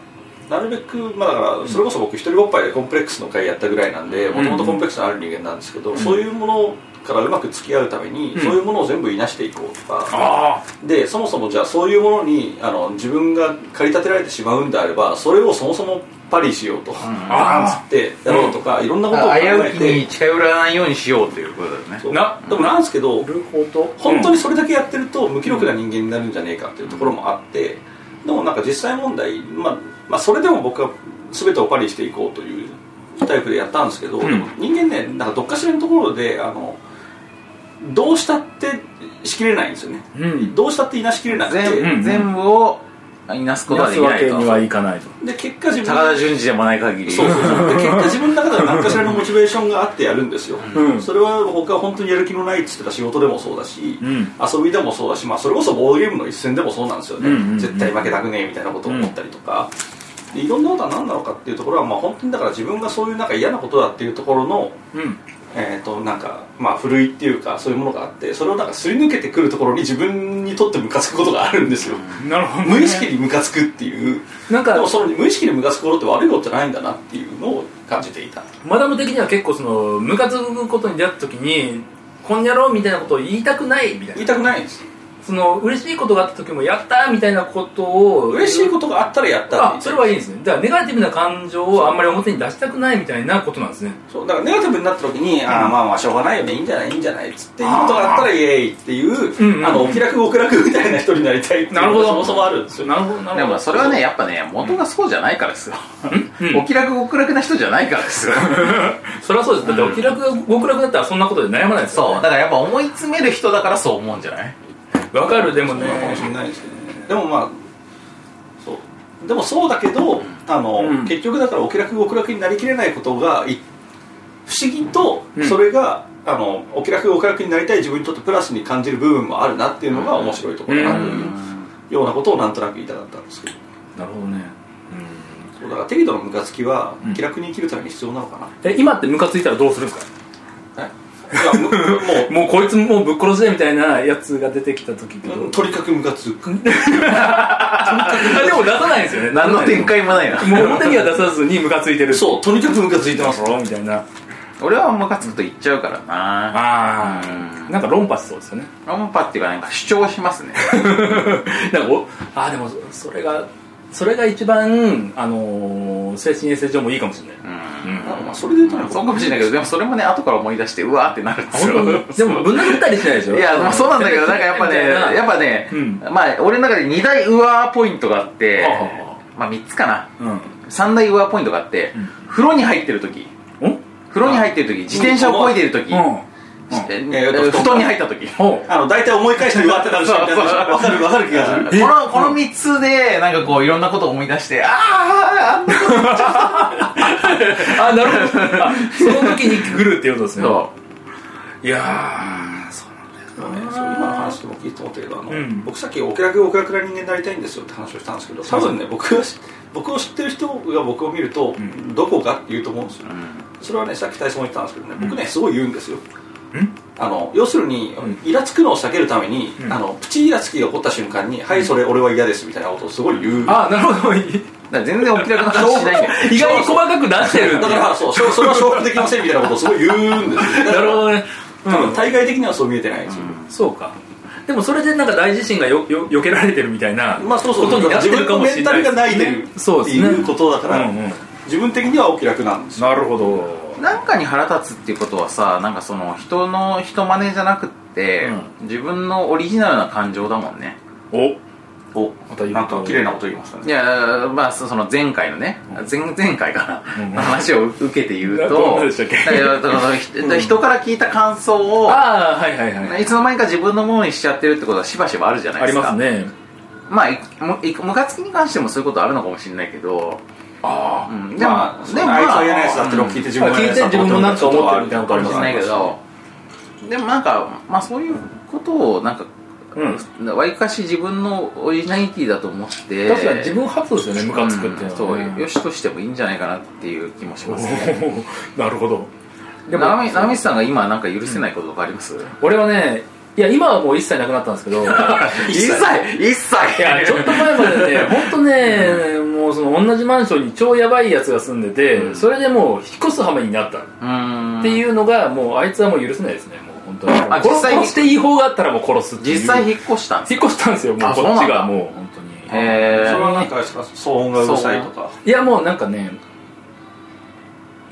S3: なるべくまあだからそれこそ僕一人おっぱいでコンプレックスの会やったぐらいなんでもともとコンプレックスのある人間なんですけど、そういうものからうまく付き合うために、
S4: うん
S3: そういうものを全部いなしていこうとか、
S4: あ
S3: でそもそもじゃあそういうものにあの自分が駆り立てられてしまうんであればそれをそもそもパリしようと、
S4: あ
S3: つ
S4: あ
S3: ってやろうとか、いろんなことを考
S2: 危
S3: え
S2: うきに
S3: て
S2: 近寄らないようにしようということだよね
S3: そう
S4: な
S3: でもなんですけど、
S4: なるほど
S3: 本当にそれだけやってると無気力な人間になるんじゃねえかっていうところもあってでもなんか実際問題、まあ、まあそれでも僕は全てをパリしていこうというタイプでやったんですけど、
S4: ん
S3: でも人間ねなんかどっかしらのところであのどうしたってしきれないんですよね
S4: うん
S3: どうしたっていなしきれなくて、
S4: う
S2: 全
S4: ん
S2: 全部をいなすことは
S4: 出
S2: ですき
S4: わ
S2: ない
S4: け
S2: と
S4: にはいかないと
S3: で結果自分
S2: 高田純次でもない限り
S3: そうそうそうで結果自分の中では何かしらのモチベーションがあってやるんですよ、
S4: うん
S3: それは僕は本当にやる気のないっつってた仕事でもそうだし、
S4: うん
S3: 遊びでもそうだし、まあ、それこそボードゲームの一戦でもそうなんですよね、
S4: うんうんうん
S3: 絶対負けたくねえみたいなことを思ったりとか、でいろんなことは何なのかっていうところは、まあ、本当にだから自分がそういうなんか嫌なことだっていうところの、
S4: うん
S3: えー、となんかまあふるいっていうかそういうものがあってそれをなんかすり抜けてくるところに自分にとってムカつくことがあるんですよ、
S4: なるほどね
S3: 無意識にムカつくっていう
S4: なん
S3: で
S4: か
S3: もその無意識にムカつくことって悪いことじゃないんだなっていうのを感じていた
S4: マダム的には結構そのムカつくことに出会った時にこんにゃろうみたいなことを言いたくないみた
S3: 言
S4: いない
S3: たくないんです
S4: その嬉しいことがあった時もやったーみたいなことを
S3: 嬉しいことがあったらやったら
S4: あそれはいいですねだからネガティブな感情をあんまり表に出したくないみたいなことなんですね
S3: そうだからネガティブになった時に、ああまあまあしょうがないよねいいんじゃないいいんじゃないっつっていうことがあったらイエーイっていう、
S4: うんうんうん
S3: あのお気楽極楽みたいな人になりたいっていうの
S4: なるほど
S3: がそもそもあるんですよ
S4: なるほどなるほど
S2: でもそれはねやっぱね元がそうじゃないからですよ、
S4: うん
S2: お気楽極楽な人じゃないから ですよ
S4: それはそうですだってお気楽が極楽だったらそんなことで悩まないです
S2: そう
S4: よ
S2: だからやっぱ思い詰める人だからそう思うんじゃない
S4: わかるでも
S3: そう
S4: ね
S3: なのかもしれないですけどねでもまあそうでもそうだけどあの、
S4: うん
S3: 結局だからお気楽極楽になりきれないことがい不思議と
S4: うん
S3: それが、あのお気楽極楽になりたい自分にとってプラスに感じる部分もあるなっていうのが面白いところだなというようなことをなんとなく言いたかったんですけど
S4: なるほどね
S3: そうだから適度のムカつきは
S4: うん
S3: 気楽に生きるために必要なのかな、
S4: え今ってムカついたらどうするんですか
S3: えいやむも
S4: もうこいつもうぶっ殺せみたいなやつが出てきた時ってど
S3: う
S4: う
S3: とにかくムカつく
S4: あ でも出さないんですよね
S2: 何の展開もないな
S4: もう表には出さずにムカついてる
S3: そうとにかくムカついてます
S4: ろみたいな
S2: 俺はムカつくと言っちゃうからな
S4: あ
S2: ー
S4: なんか論破しそうですよね
S2: 論破っていうかなんか主張しますね
S4: なんかおあーでもそれがそれが一番、あのー精神衛生上もいいかもしれない、
S2: うん
S4: うん
S3: まあそれで言うとね
S2: そうかもしれないけどでもそれもね後から思い出してうわーってなるんですよ
S4: 本当にでもぶん殴ったりしないでしょ
S2: いや、まあ、そうなんだけど、なんかやっ ぱね、やっぱね、
S4: うん
S2: まあ、俺の中で2大ウアーポイントがあって、
S4: はあは
S2: まあ3つかな、
S4: ぱね
S2: 3大ウアーポイントがあって、
S4: うん
S2: 風呂に入ってる時
S4: うんお
S2: 風呂に入ってる時自転車をこいでる時、
S4: うん
S2: えー布団に入った時
S4: ほう
S3: あの大体思い返して終わってたんですよみたいなわかるわかる気がする
S2: このこの3つでなんかこういろんなことを思い出してあああんなこと
S4: あなるほどあその時に来るっていうことですね
S2: そういや
S3: そうねそう今の話でも聞いて思ったけどあの、
S4: うん
S3: 僕さっきお気楽お気楽な人間になりたいんですよって話をしたんですけど多分ね僕が知僕を知ってる人が僕を見ると、どこかって言うと思うんですよ、それはねさっき大佐も言ったんですけどね僕ねすごい言うんですよ、あの要するに、イラつくのを避けるために、
S4: うん
S3: あのプチイラつきが起こった瞬間に「はいそれ俺は嫌です」みたいなことをすごい言う
S4: あなるほど
S2: ー全然お気楽な話しないんだよ
S4: 意外に細かくなって る
S3: だからそうそそれは消極的なせいみたいなことをすごい言うんですよだ
S4: な
S3: か
S4: る
S3: ら
S4: ほどね、うん
S3: 多分対外的にはそう見えてないんですよ、
S4: そうかでもそれでなんか大地震がよよ避けられてるみたいな
S3: まあそうそう
S4: ことになって
S3: 自
S4: る
S3: 分
S4: か
S3: の
S4: も
S3: メ
S4: しれ
S3: ン
S4: な
S3: タル
S4: い
S3: が
S4: ですね
S3: 泣いてるって
S4: そうですね
S3: いうことだから、
S4: うんうん
S3: 自分的にはお気楽なんですよ
S4: なるほど
S2: なんかに腹立つっていうことはさなんかその人の人真似じゃなくって、自分のオリジナルな感情だもんね
S4: お
S3: お
S4: また言う
S3: なんか綺麗なこと言いました
S2: い
S3: ね
S2: やまあそその前回のね、前前回かな、
S4: うん
S2: の話を受けて言うと
S4: どんなでしたっけ
S2: いやだからひ人から聞いた感想を
S4: ああはいはいはい
S2: いつの間にか自分のものにしちゃってるってことはしばしばあるじゃない
S4: あ
S2: で
S4: り
S2: すか
S4: ますね
S2: まあいむいムカつきに関してもそういうことあるのかもしれないけど、
S4: あ
S2: うん、
S3: でも、まあ、でもあいつは嫌なやつだってのを聞いて自分
S4: うん聞いて自分もなんか思ってるみたいなこと
S2: か
S4: ある
S2: も
S4: じ
S2: し
S4: ゃ
S2: れないけどでもなんかまあそういうことをなんか
S4: うん
S2: わり、かし自分のオリジナリティだと思って
S4: 確かに自分発ですよねムカつくっていうのはね
S2: うんそうよしとしてもいいんじゃないかなっていう気もし
S4: お
S2: ますね
S4: ー なるほど
S2: でもなみなみさんが今なんか許せないこととかあります、
S4: 俺はねいや今はもう一切なくなったんで すけどい
S2: 一切一切
S4: やちょっと前ま でね本当ねもうその同じマンションに超やばいやつが住んでて、
S2: うん
S4: それでもう引っ越す羽目になったっ
S2: うーん
S4: ていうのがもうあいつはもう許せないですねもう本当に
S2: あ
S4: 殺
S2: 実際に
S4: 殺していい方があったらもう殺すっていう
S2: 実際引っ越したんです
S4: 引っ越したんですよもう
S2: あ
S4: こ
S2: そう
S4: っ
S2: な
S4: ち
S2: ん
S4: が
S2: だ
S4: もう本当に
S2: へ
S3: それ
S2: え
S3: はなんか騒音がうるさいとか
S4: いやもうなんかね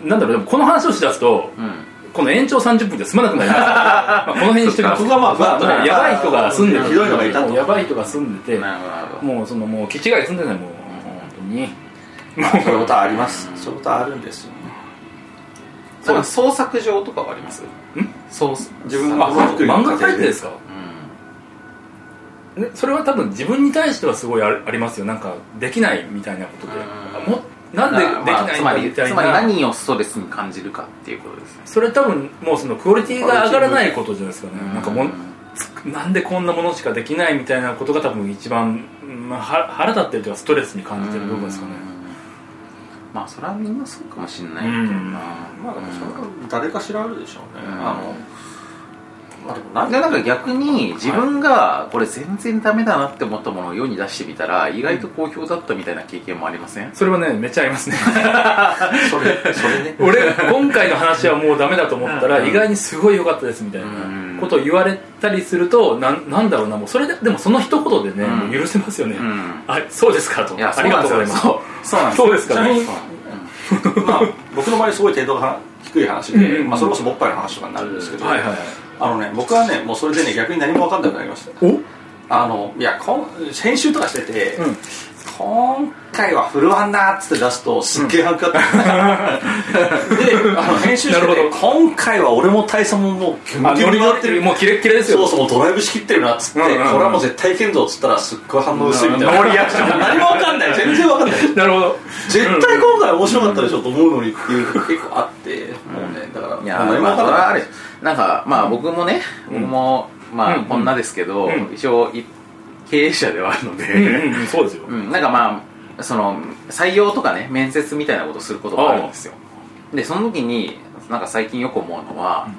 S4: なんだろうでもこの話をしだすと
S2: うん
S4: この延長30分じゃ済まなくなりますからまあこの辺にしておきます
S3: そっかそこがまあ
S4: まあまあやばい人が住んでる
S3: ひどいのがいたと
S4: もうやばい人が住んでて
S2: なるほどなるほど
S4: もうそのもう気違い住んでないもう本当に
S3: そういうことはあります そういうことはあるんですよね
S2: なんか創作上とかはありますん創作
S3: 自分
S4: あ
S3: の
S4: 本当漫画描いてですか
S2: う
S4: ねそれは多分自分に対してはすごいあるありますよなんかできないみたいなことで
S2: うん
S4: もなんでできないん
S2: まあ
S4: だ
S2: つまり
S4: みたい
S2: つ
S4: な、
S2: まり何をストレスに感じるかっていうことですね
S4: それ多分もうそのクオリティが上がらないことじゃないですかねなんかも
S2: うん
S4: なんでこんなものしかできないみたいなことが多分一番、まあ、は腹立ってるというかストレスに感じてる部分ですかね
S2: まあそれはみんなそうかもしれないけどな
S3: まあでもそれは誰かしらあるでしょう
S2: う
S3: ね、
S2: ん
S3: あのまあでもなん
S2: でなんか逆に自分がこれ全然ダメだなって思ったものを世に出してみたら意外と好評だったみたいな経験もありません
S4: それはねめっちゃありますね
S3: それ それね
S4: 俺今回の話はもうダメだと思った
S2: う
S4: ら
S2: ん
S4: 意外にすごい良かったですみたい
S2: うん
S4: なことを言われたりするとなんなんだろうなもうそれででもその一言でね、
S2: うん
S4: もう許せますよね、
S2: うん
S4: あそうですかと
S2: いや
S4: ありがとうございます
S2: そうそうなんですよ
S4: そうです
S3: ち
S4: か
S3: なみ
S4: ね
S3: に まあ僕の場合すごい程度が低い話で、
S4: うん
S3: まあ、それこそ勃発の話とかになるんですけど、
S4: はいはい
S3: あのね僕はねもうそれでね逆に何も分かんなくなりました
S4: お
S3: あのいやこん編集とかしてて、
S4: うん
S3: 今回はフルワンだっつって出すとすっげえ反響あった、であの編集して
S4: なる
S3: て今回は俺も大佐ももうキュンキュンになってる
S4: もうキレッキレです
S3: そ
S4: よ
S3: うそうもうドライブしきってるなっつって、
S4: うんうんうん
S3: これはもう絶対剣道っつったらすっごい反応薄いみたいな、
S4: ノーリアクション
S3: 何も分かんない全然分かんない
S4: なるほど
S3: 絶対今回面白かったでしょと思うのにっていうのが結構あって、もうねだから
S2: いや
S3: もう
S2: ー
S3: 何も
S2: まあそ
S3: 分
S2: れ
S3: かんない
S2: はあれなんかまあ僕もね、僕もま
S4: う
S2: あ
S4: ん
S2: こんなですけど、
S4: うん
S2: 一応い経営者ではあるので、
S4: うんうんそうですよ
S2: うんなんかまあその採用とかね面接みたいなことをすることがあるんですよでその時になんか最近よく思うのは、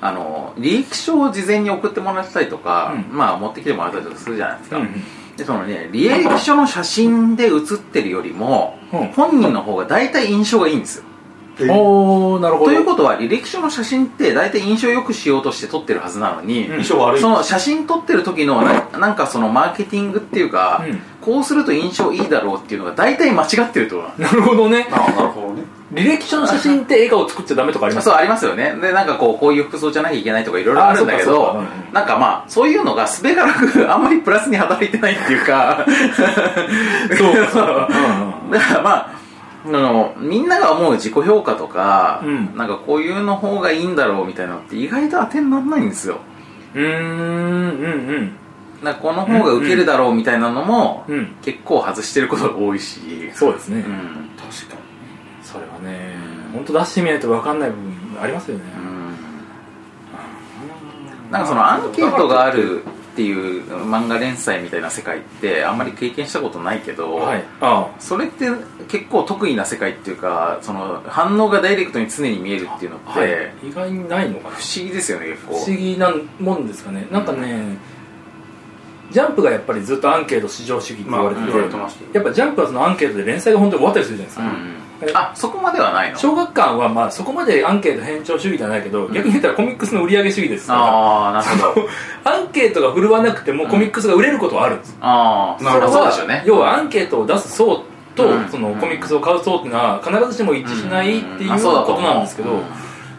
S2: あの履歴書を事前に送ってもらったりとか、
S4: うん
S2: まあ持ってきてもらったりとかするじゃないですか、
S4: うん
S2: でそのね履歴書の写真で写ってるよりも、
S4: うん
S2: 本人の方が大体印象がいいんですよ
S4: うんおおなるほど
S2: ということは履歴書の写真って大体印象良くしようとして撮ってるはずなのに、
S4: うん
S3: 印象悪い
S2: その写真撮ってる時のななんかそのマーケティングっていうか、
S4: うん
S2: こうすると印象いいだろうっていうのが大体間違ってるってことなんで
S4: なるほどね
S3: あなるほどね
S4: 履歴書の写真って笑顔作っちゃダメとかありますす
S2: そうありますよねでなんかこうこういう服装じゃなきゃいけないとかいろいろあるんだけ
S4: あ
S2: ど
S4: そうかそうかうんうん
S2: なんかまあそういうのがすべからくあんまりプラス に働いてないっていうか
S4: そううんうん
S2: だからまああのみんなが思う自己評価とか、
S4: うん
S2: なんかこういうの方がいいんだろうみたいなのって意外と当てにならないんですよ
S4: うーんうん
S2: なんかこの方がウケるだろうみたいなのも、
S4: うんうん
S2: 結構外してることが多いし
S4: そうですね、
S2: うん
S3: 確か
S4: それはね本当出してみないと分かんない部分ありますよね、
S2: なんかそのアンケートがあるっていう漫画連載みたいな世界ってあんまり経験したことないけど、
S4: はいあ
S2: それって結構得意な世界っていうかその反応がダイレクトに常に見えるっていうのって
S4: あ、
S2: 不
S4: はい、意外にないのかな
S2: 思議ですよね結
S4: 不
S2: 構
S4: 思議なもんですかねなんかね、ジャンプがやっぱりずっとアンケート至上主義っ
S3: に
S4: て言われて
S2: まあ
S4: て、
S2: 言われ
S3: てましたよ
S4: やっぱジャンプはそのアンケートで連載が本当に終わったりするじゃないです
S2: う
S4: か、
S2: んあそこまではないの
S4: 小学館はまあそこまでアンケート偏重主義じゃないけど、逆に言ったらコミックスの売り上げ主義ですか
S2: ああなる ほど
S4: らアンケートが振るわなくてもコミックスが売れることはあるんです、
S2: ああ
S3: なるほど
S2: そうでしょうね
S4: 要はアンケートを出す層と、
S2: うん
S4: そのコミックスを買う層っていうのは必ずしも一致しないっていうことなんですけど、
S2: うん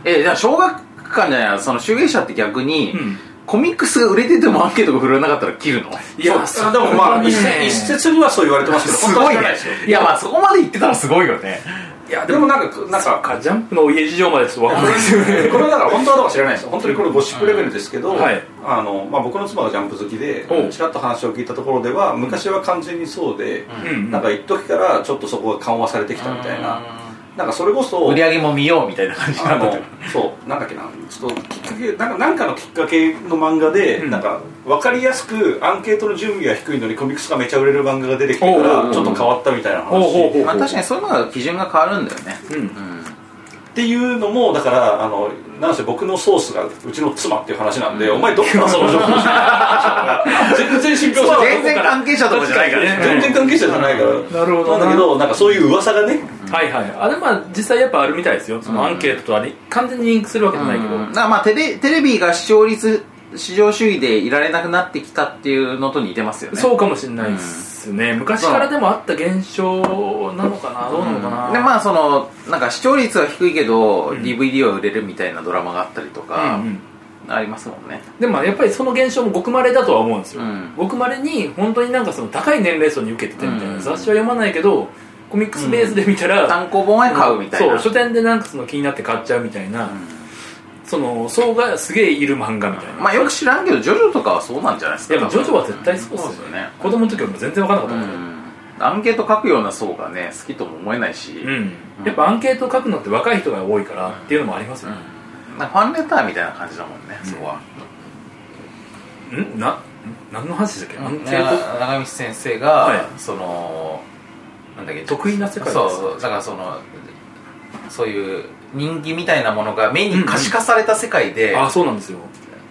S2: えじゃあ小学館じゃないのその集英社って逆に、
S4: うん
S2: コミックスが売れててもアンケートが振らなかったら切るの
S4: いや
S3: にあでもまあ一説一説にはそう言われてますけど
S2: す
S3: 本当は
S2: ごい
S3: 知ら
S2: ね
S3: ないですよ
S2: いやまあそこまで言ってたらすごいよね
S3: いやでもなんかなんか
S4: かジャンプのお家事情までちょっとわかんないですよね
S3: これだから本当はどうか知らないですよ本当にこれゴシップレベルですけど、
S4: うんはい
S3: あのまあ、僕の妻がジャンプ好きで
S4: おう
S3: ちらっと話を聞いたところでは昔は完全にそうで、
S4: うん
S3: なんか一時からちょっとそこが緩和されてきたみたいな、なんかそれこそ
S2: 売り上げも見ようみたいな感じ
S3: あ
S2: なの
S3: の そうなんだっけなちょっときっかけなんかなんかのきっかけの漫画で、
S4: うん
S3: なんか分かりやすくアンケートの準備が低いのにコミックスがめちゃ売れる漫画が出てきてか
S4: おうおうお
S3: ら
S4: う
S3: ちょっと変わったみたいな話
S4: ほうほうほう
S2: まあ確かにそういうのが基準が変わるんだよね
S4: うん
S2: うん
S3: っていうのもだからあのなんせ僕のソースがうちの妻っていう話なんで、お前どっからその情報全然信憑性 は
S2: 全然関係者とかじゃないから
S4: 確
S2: ね
S3: 全然関係者じゃないから
S4: なるほど
S3: な
S4: なん
S3: だけどなんかそういう噂がね
S4: はいはいあれまあ実際やっぱあるみたいですよそのアンケートとはね完全にリンクするわけじゃないけど、
S2: うんだからまあテレテレビが視聴率至上主義でいられなくなってきたっていうのと似てますよね
S4: そうかもしれないですね、昔からでもあった現象なのかなどうなのかな、
S2: でまあそのなんか視聴率は低いけど、DVD は売れるみたいなドラマがあったりとか、
S4: うんうん
S2: ありますもんね
S4: でもまあやっぱりその現象もごくまれだとは思うんですよ、
S2: うん
S4: ごくまれに本当になんかその高い年齢層に受けててみたいな、
S2: うん
S4: 雑誌は読まないけどコミックスベースで見たら、
S2: 単行本は買うみたいな、
S4: そう書店でなんかその気になって買っちゃうみたいな、その層がすげえいる漫画みたいな、
S2: まあよく知らんけどジョジョとかはそうなんじゃないですか
S4: でもジョジョは絶対そう
S2: そう
S4: で
S2: ですす
S4: よ
S2: よ
S4: ね
S2: ね
S4: 子供の時はもう全然分かんなかったもんね、
S2: アンケート書くような層がね好きとも思えないし、
S4: うんやっぱアンケート書くのって若い人が多いからっていうのもありますよね、
S2: なんかファンレターみたいな感じだもんね、そこは
S4: んなん何の話だっけ、アンケート
S2: な長道先生が、
S4: はい
S2: そのなんだっけ
S4: 得意な世界です
S2: そうそうだからそのそういう人気みたいなものが目に可視化された世界で、
S4: ああそうなんですよ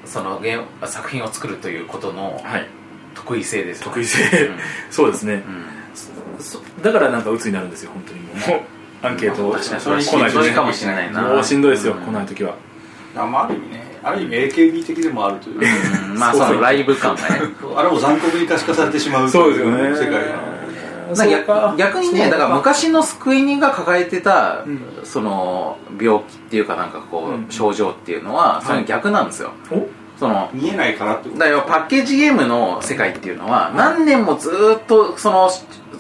S2: そのゲーム作品を作るということの
S4: はい
S2: 得意性ですよね
S4: 得意性、
S2: うん
S4: そうですね、
S2: うん
S4: そだからなんか鬱になるんですよ本当に もうアンケートを
S2: 確かに
S4: 来
S2: それ
S4: ない
S2: しんどいかもしれないな
S4: もうしんどいですよ、
S2: うん
S4: 来ない時は
S3: あまあある意味ねある意味 AKB 的でもあるという
S2: うんまあそのライブ感 がね
S3: あれも残酷に可視化されてしまう
S4: そうですよね
S3: 世界
S2: なんか逆逆にねだから昔
S4: 昔
S2: の救い人が抱えてた、
S4: うん
S2: その病気っていうかなんかこう、
S4: うん
S2: 症状っていうのはそれの逆なんですよ、その
S3: 見えないかなってこと
S2: だよパッケージゲームの世界っていうのは何年もずーっとその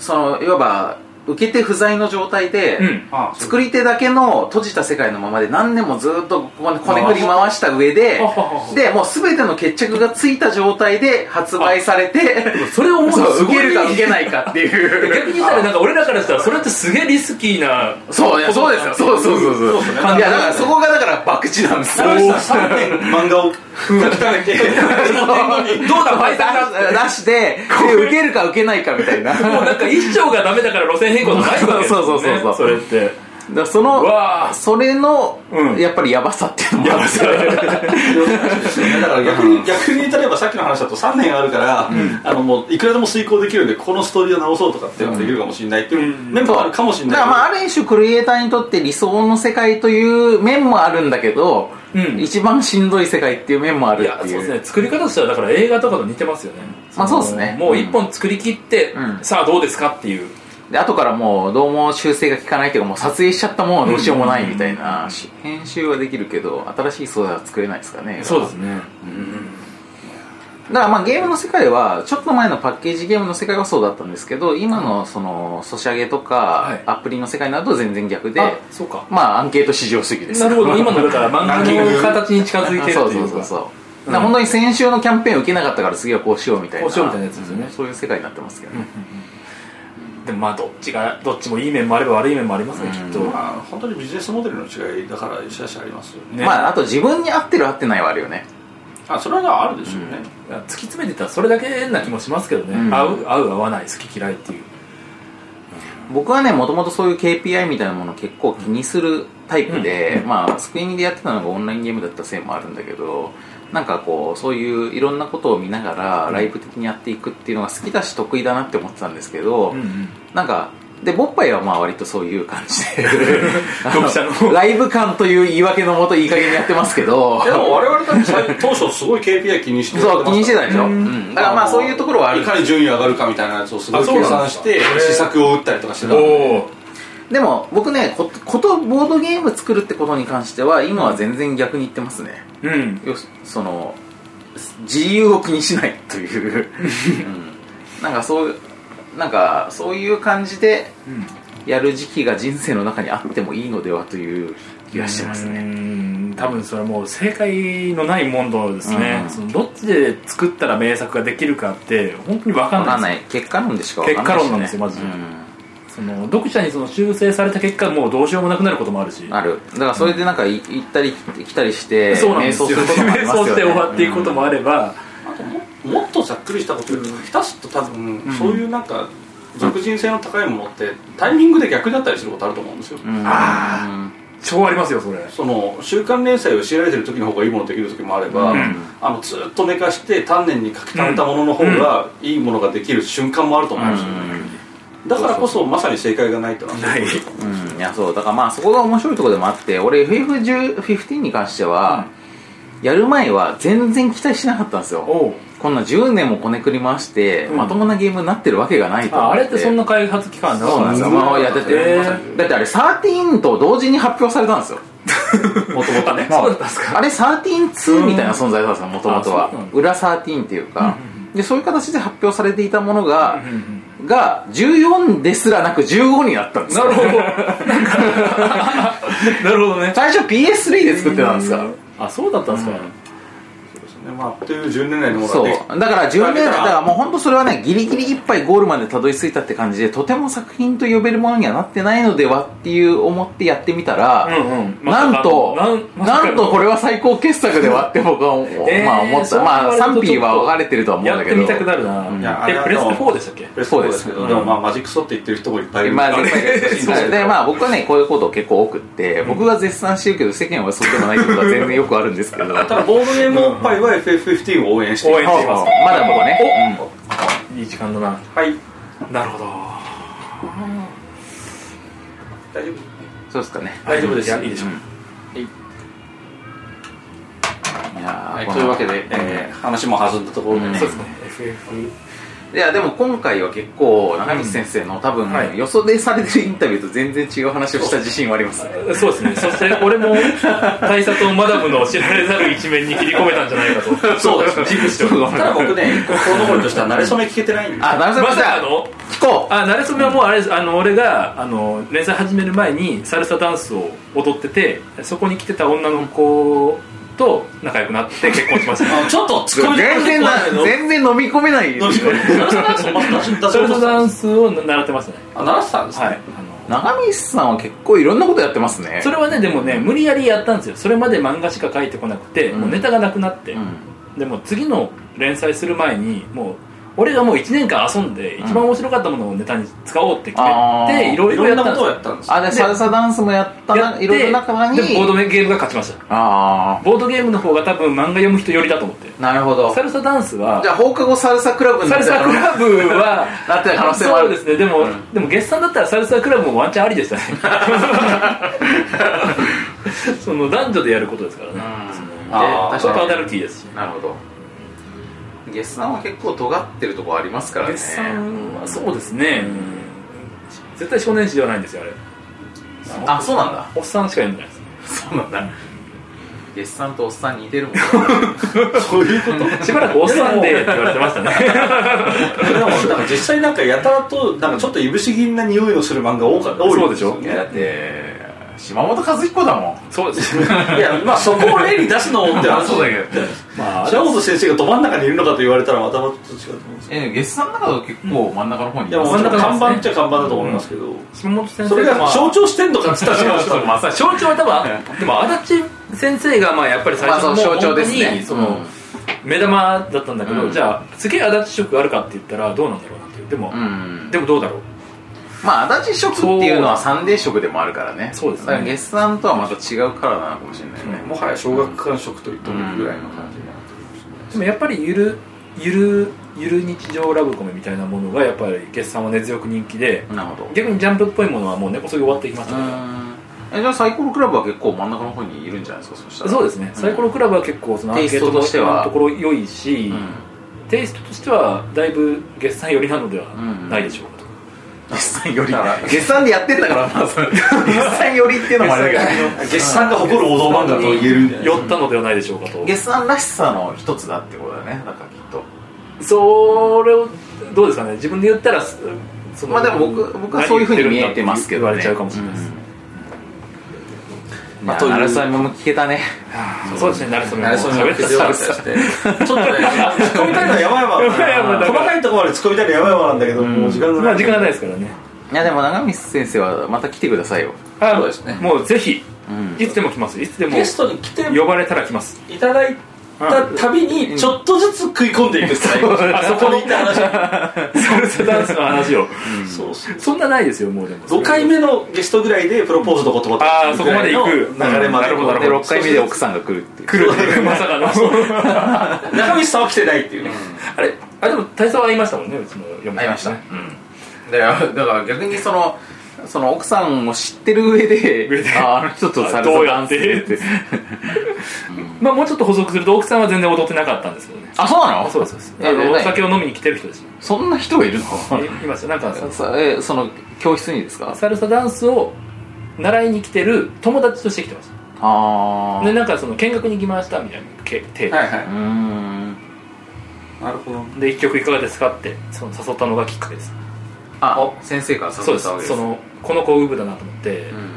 S2: そのいわば受け手不在の状態で、
S4: うん
S3: ああ
S2: 作り手だけの閉じた世界のままで何年もずーっとここにこねくり回した上で
S4: ああ
S2: でもう全ての決着がついた状態で発売されて
S4: それを思うと
S2: そう
S4: す
S2: 受
S4: ごい
S2: けるか受けないかっていう
S4: 逆に言ったらなんか俺らからしたらそれってすげえリスキーな
S2: そういやそうですよそうそうそうそう
S3: そうです
S4: よね
S2: いやだからそこがだから博打なんですよ
S4: そうです
S3: 3年漫画を書き溜めて
S4: どう
S2: フ
S4: だフ
S2: ァ
S4: ァ
S2: イ
S4: イ
S2: タ
S4: タ
S2: ー出してで受けるか受けないかみたいな
S4: もうなんか一生がダメだから路線変更とかないわけですよ、ね、
S2: そうそうそうそう
S4: それって
S2: だからその
S4: うわー
S2: それの、
S4: うん
S2: やっぱりヤバさっていうのもあって
S3: だから逆に逆に例えばさっきの話だと3年あるから、あのもういくらでも遂行できるんでこのストーリーを直そうとかっていうのができるかもしれないっていううん面もあるかもしれない
S2: だ
S3: け
S2: から
S3: ど
S2: まあある種クリエイターにとって理想の世界という面もあるんだけど、
S4: うん
S2: 一番しんどい世界 っていう面もあ
S4: い
S2: る
S4: や
S2: っ
S4: そう
S2: ていう
S4: ですね作り方としてはだから映画とかと似てますよね
S2: まあそうですね
S4: もう一本作り切って、
S2: うん
S4: さあどうですかっていう
S2: で後からもうどうも修正が効かないというかもう撮影しちゃったもんはどうしようもないみたいな、し編集はできるけど新しい素材は作れないですからね
S4: そうですね
S2: だからまあゲームの世界はちょっと前のパッケージゲームの世界はそうだったんですけど今のそのソシャゲと
S4: は
S2: か
S4: い
S2: アプリの世界になると全然逆で、
S4: あそうか
S2: まあアンケート至上主義です
S4: なるほ ど今のだから漫
S3: ランキン
S4: 画の
S3: グ
S4: 形に近づいてるっていうか
S2: そうそうそうそう、
S4: うん
S2: だから本当に先週のキャンペーン受けなかったから次はこうしようみたいな
S4: こうしようみたいなやつですよね
S2: うんそういう世界になってますけどね、
S4: でもまあどっちがどっちもいい面もあれば悪い面もありますね、
S2: うん
S4: きっと、
S3: まあ、本当にビジネスモデルの違いだからよしあしありますよね
S4: ね
S2: まああと自分に合ってる合ってないはあるよね
S3: あそれはあるでしょうね、
S4: 突き詰めてたらそれだけな気もしますけどね、
S2: うん
S4: 合う合う合わない好き嫌いっていう
S2: 僕はねもともとそういう KPI みたいなものを結構気にするタイプで、まあスクリーンでやってたのがオンラインゲームだったせいもあるんだけどなんかこうそういういろんなことを見ながらライブ的にやっていくっていうのが好きだし得意だなって思ってたんですけど、
S4: うん
S2: なんかでボッパイはまあ割とそういう感じであ
S4: 読者の
S2: ライブ感という言い訳のもといい加減にやってますけ ど
S3: でも我々だって最当初すごい KPI 気にして
S2: そう気にしてたでしょ、
S4: う
S2: うんん、だからまあそういうところはある
S3: いかに順位上がるかみたいなやつをすご
S4: あ
S3: い
S4: そ
S3: 計
S4: うなんで
S3: 算
S4: す
S3: し
S4: か
S3: て
S4: へー
S3: 試作を打ったりとかして
S4: うん
S3: たの
S4: おお
S2: でも僕ねこことボードゲーム作るってことに関しては今は全然逆に言ってますね、
S4: うん
S2: よしその自由を気にしないと いう、うん、なんかそうなんかそういう感じで
S4: うん
S2: やる時期が人生の中にあってもいいのではという気がしてます
S4: う
S2: ね
S4: ん多分それはもう正解のない問答ですね、
S2: うん
S4: そのどっちで作ったら名作ができるかって本当に分か
S2: 分
S4: んな
S2: か
S4: い
S2: んない結果論でしか分かんない
S4: 結果論なんですよマジで
S2: うん
S4: その読者にその修正された結果もうどうしようもなくなることもあるし
S2: あるだからそれでなんかい行ったり来たりして
S4: そうなんですよ
S2: 瞑想することもあり
S4: 瞑
S2: ます
S4: 想
S2: よね
S4: して終わっていくこともあれば、
S3: あとももっとざっくりしたこと言うと下手すると多分、
S4: ん
S3: そういうなんか属人性の高いものってタイミングで逆だったりすることあると思うんですよ、
S2: うん
S4: あ超ありますよそれ
S3: その週刊連載を強いられてる時の方がいいものできる時もあれば、
S4: うん
S3: あのずっと寝かして丹念に書き溜めたものの方がいいものができる瞬間もあると思うんですよね、だからこそまさに正解がないってのは
S4: ない
S2: うん、いやそうだからまあそこが面白いところでもあって俺 FF15 に関しては、やる前は全然期待しなかったんですよ
S4: おう
S2: こんな10年もこねくり回して、
S4: うん
S2: まともなゲームになってるわけがないと思
S4: あ
S2: って
S4: あれってそんな開発期間だ
S2: そうなんですよ、まあ、いやだって、
S4: へ
S2: だってあれ13と同時に発表されたんですよもともとね
S4: そうだったんです
S2: あれ132みたいな存在だったんですよもともと
S4: あ
S2: は
S4: そうなんだ
S2: 裏13っていうか、でそういう形で発表されていたものが、
S4: うんうん
S2: が14ですらなく15になったんです
S4: な
S2: よ
S4: るほどなんか なるほどね
S2: 最初 PS3 で作ってたんですから
S4: あそうだったんですか、
S3: ねまあ、っていう10年来のものが
S2: そう
S3: で
S2: だ
S3: きた
S2: から10年だからもう本当それはねギリギリいっぱいゴールまでたどり着いたって感じでとても作品と呼べるものにはなってないのではっていう思ってやってみたら、
S4: うんうんまさか
S2: なんと、
S4: なんまさ
S2: な
S4: かの
S2: んとこれは最高傑作ではって僕は思,、
S4: えー
S2: まあ、思っ
S4: そう
S2: たまあ
S4: 言われると
S2: 賛否は分かれてるとは思うん
S4: や
S2: だ
S4: っ
S2: け
S4: て
S2: ど
S4: みたくなるな、
S2: うん
S3: いやあれ
S4: え
S3: は
S4: プレステ4でしたっけ
S3: プレステ4ですけ
S2: そうです
S3: どでもまあマジックソって言ってる人もいっぱいいる
S2: まあ、
S3: あれ
S2: 絶対
S3: そう
S2: そうでまあ僕はねこういうこと結構多くって、僕が絶賛してるけど世間はそうでもないってことは全然よくあるんですけどま
S3: ただボードゲームおっぱいは FF15 を応援してい
S4: 応援しています
S2: だ僕ね、うん
S4: いい時間だな
S3: はい
S4: なるほど
S3: 大丈夫
S2: そうですかね
S3: 大丈夫です
S4: いやいいでしょう、
S2: いやー
S3: はい
S2: この
S3: というわけで、えー話も弾んだところでね、
S4: そうですね FF
S2: いやでも今回は結構中道先生の多分、
S4: はい
S2: 予想でされてるインタビューと全然違う話をした自信はあります
S4: そうですねそして俺も大佐とマダムの知られざる一面に切り込めたんじゃないかと
S3: そうですね
S4: 自負しております
S3: ただ僕ねこの残りとしては慣れ初め聞けてないんで
S2: あなる
S4: ま
S2: ほど
S4: さかの
S2: 聞こう
S4: あ慣れ初めはもうあれですあの俺があの連載始める前にサルサダンスを踊っててそこに来てた女の子と仲良くなって結婚しまし た
S3: あちょっと突っ込み
S2: 全然な全然飲み込めないですね
S4: サルサダン
S3: ス
S4: スを習ってましたね
S3: あ鳴らしたんですね、
S4: はいあの
S2: 中道さんは結構いろんなことやってますね
S4: それはねでもね無理やりやったんですよそれまで漫画しか書いてこなくて、
S2: うん
S4: もうネタがなくなって、
S2: うん
S4: でも次の連載する前にもう俺がもう1年間遊んで一番面白かったものをネタに使おうって決
S2: あ
S4: めて
S2: ー
S4: いろい
S3: い
S4: ろ
S3: ろ
S4: や
S3: ん
S4: っ
S3: な
S4: たん
S3: ことを
S4: ですよ
S3: やったんです
S2: あで
S4: で
S2: サルサダンスもやった
S4: や
S2: な
S4: って
S2: いろいろ中に
S4: でボードゲームが勝ちました
S2: あ
S4: ボードゲームの方が多分漫画読む人寄りだと思って
S2: あなるほど
S4: サルサダンスは
S2: じゃあ放課後サルサクラブに
S4: サ
S2: なっ
S4: ル
S2: て
S4: サ
S2: た
S4: ク
S2: ら
S4: ラブは
S2: なってた可能性もある
S4: そうですねでも、
S2: うん
S4: でも月産だったらサルサクラブもワンチャンありでし たね その男女でやることですからね、
S2: うん
S4: その
S3: あ
S4: で
S3: ー
S4: ちょっとアダルティーですし
S2: なるほどゲスさんは結構尖ってるとこありますからね
S4: 月産はそうですね、絶対少年誌ではないんですよあれ
S2: あそうなんだ
S4: おっさんしか読んでないです
S2: そうなんだデッサンとおっさんに似てるもんそういうこと
S4: しばらくおっさんでって言われてましたね
S3: でもなんか実際なんかやたらとなんかちょっといぶし銀な匂いのする漫画多かった多いですよ
S4: そう
S2: いやだって島本和彦だもん
S4: そうですね
S3: いやまあそこを例に出すのって
S2: あそうだけど
S4: まあ
S3: 白本先生がど真ん中にいるのかと言われたらまたまた違うと思うんですけ
S2: え月産の中だと結構真ん中の方にい
S3: どいや
S2: ま
S3: も
S2: す
S3: う
S4: 真ん中
S3: 看板っちゃ看板だと思いますけど、
S4: 島本先生
S3: それ
S4: ま
S3: が
S4: あ
S3: 象徴してんのかっつったら違う
S2: ちょっとまあさ
S4: 象徴は多分でも足立先生がまあやっぱり最
S2: まあ
S4: 初
S2: そ
S4: の
S2: の
S4: も
S2: 象
S4: う
S2: 徴
S4: 本当
S2: ですね
S4: にその目玉だったんだけど、
S2: うん
S4: じゃあすげえ足立色あるかって言ったらどうなんだろうなっていうでも、
S2: うん
S4: でもどうだろう
S2: まあ足立色っていうのはサンデー色でもあるからね
S4: そうですね
S2: だから月産とはまた違うカラーなのかもしれないね、
S3: もはや小学館食と言ってもいいぐらいの感じになってます
S4: でもやっぱりゆるゆるゆる日常ラブコメみたいなものがやっぱり月産は根強く人気で
S2: なるほど
S4: 逆にジャンプっぽいものはもう根こそぎ終わっていきましたから、
S2: えじゃあサイコロクラブは結構真ん中の方にいるんじゃないですかそしたら
S4: そうですね、サイコロクラブは結構そのアンケート
S2: テイストとしては
S4: のところ良いし、
S2: うん
S4: テイストとしてはだいぶ月産寄りなのでは
S2: うん
S4: ないでしょうかと、
S2: 月産より月産でやってんだからまあそ れ月産よりっていうのもあれだ けど
S3: 月産が誇る王道漫画と言える
S4: 寄ったのではないでしょうかと、
S2: 月産らしさの一つだってことだねなんかきっと
S4: それをどうですかね自分で言ったらすその
S2: まあでも僕僕はそういうふうに見えてますけどね
S4: 何言ってるんだって言われちゃうかもしれないです、
S2: まあ
S3: という
S2: なるさめも聞けたね
S4: うんそうですねなるそめも
S3: それ
S4: 喋
S3: も
S4: っ
S3: ち
S4: て
S3: ょっとね
S4: た
S3: 突っ込みたいのはやばいわ
S4: やばいやばいだ
S3: 細
S4: から
S3: かいところまで突っ込みたいのはやばいわなんだけど、もう時間が
S4: ま
S3: ない、
S4: あ時間がないですからね
S2: いやでも長光先生はまた来てくださいよ
S4: あ
S3: そうですね
S4: もうぜひ
S2: うん
S4: いつでも来ますいつでも
S3: ゲストに来て
S4: 呼ばれたら来ます
S3: いただいたたびにちょっとずつ食い込んでいくスタイルあそこにいた話
S4: ソルセダンスの話を
S3: そうそう
S4: そんなないですよもうでも
S3: 5回目のゲストぐらいでプロポーズの言葉
S4: あーそこまで行く
S3: ぐらいの流れまで
S4: うんなるほどな
S2: で
S4: る
S2: 6回目で奥さんが来るっていう
S4: 来るっていうまさかの
S3: 中道さんは来てないっていうね
S4: あれあでも大佐は言いましたもんねうちの嫁さんね
S2: 会いました、うん、 だからだから逆にそのその奥さんを知ってる上で
S4: 上で
S2: ああの人とサル
S4: ど
S2: サ
S4: うや
S2: ダ
S4: っ
S2: ン
S4: て
S2: スでって
S4: まあもうちょっと補足すると奥さんは全然踊ってなかったんですけどね
S2: あそうな
S4: あ
S2: の
S4: そうですそうです
S2: え
S4: あのお
S2: 何
S4: 酒を飲みに来てる人です
S2: そんな人がいるの
S4: いいますよなんかさ
S2: さ えその教室にですか
S4: サルサダンスを習いに来てる友達として来てまし
S2: あ
S4: た
S2: あ
S4: でなんかその見学に来ましたみたいなけ手
S3: はいは
S2: うーん
S3: いなるほど
S4: で一曲いかがですかってその誘ったのがきっかけです
S2: あ先生から
S4: そ
S2: 誘
S4: うで
S2: ったわけ
S4: す
S2: です
S4: そのこの子ウブだなと思って、
S2: うん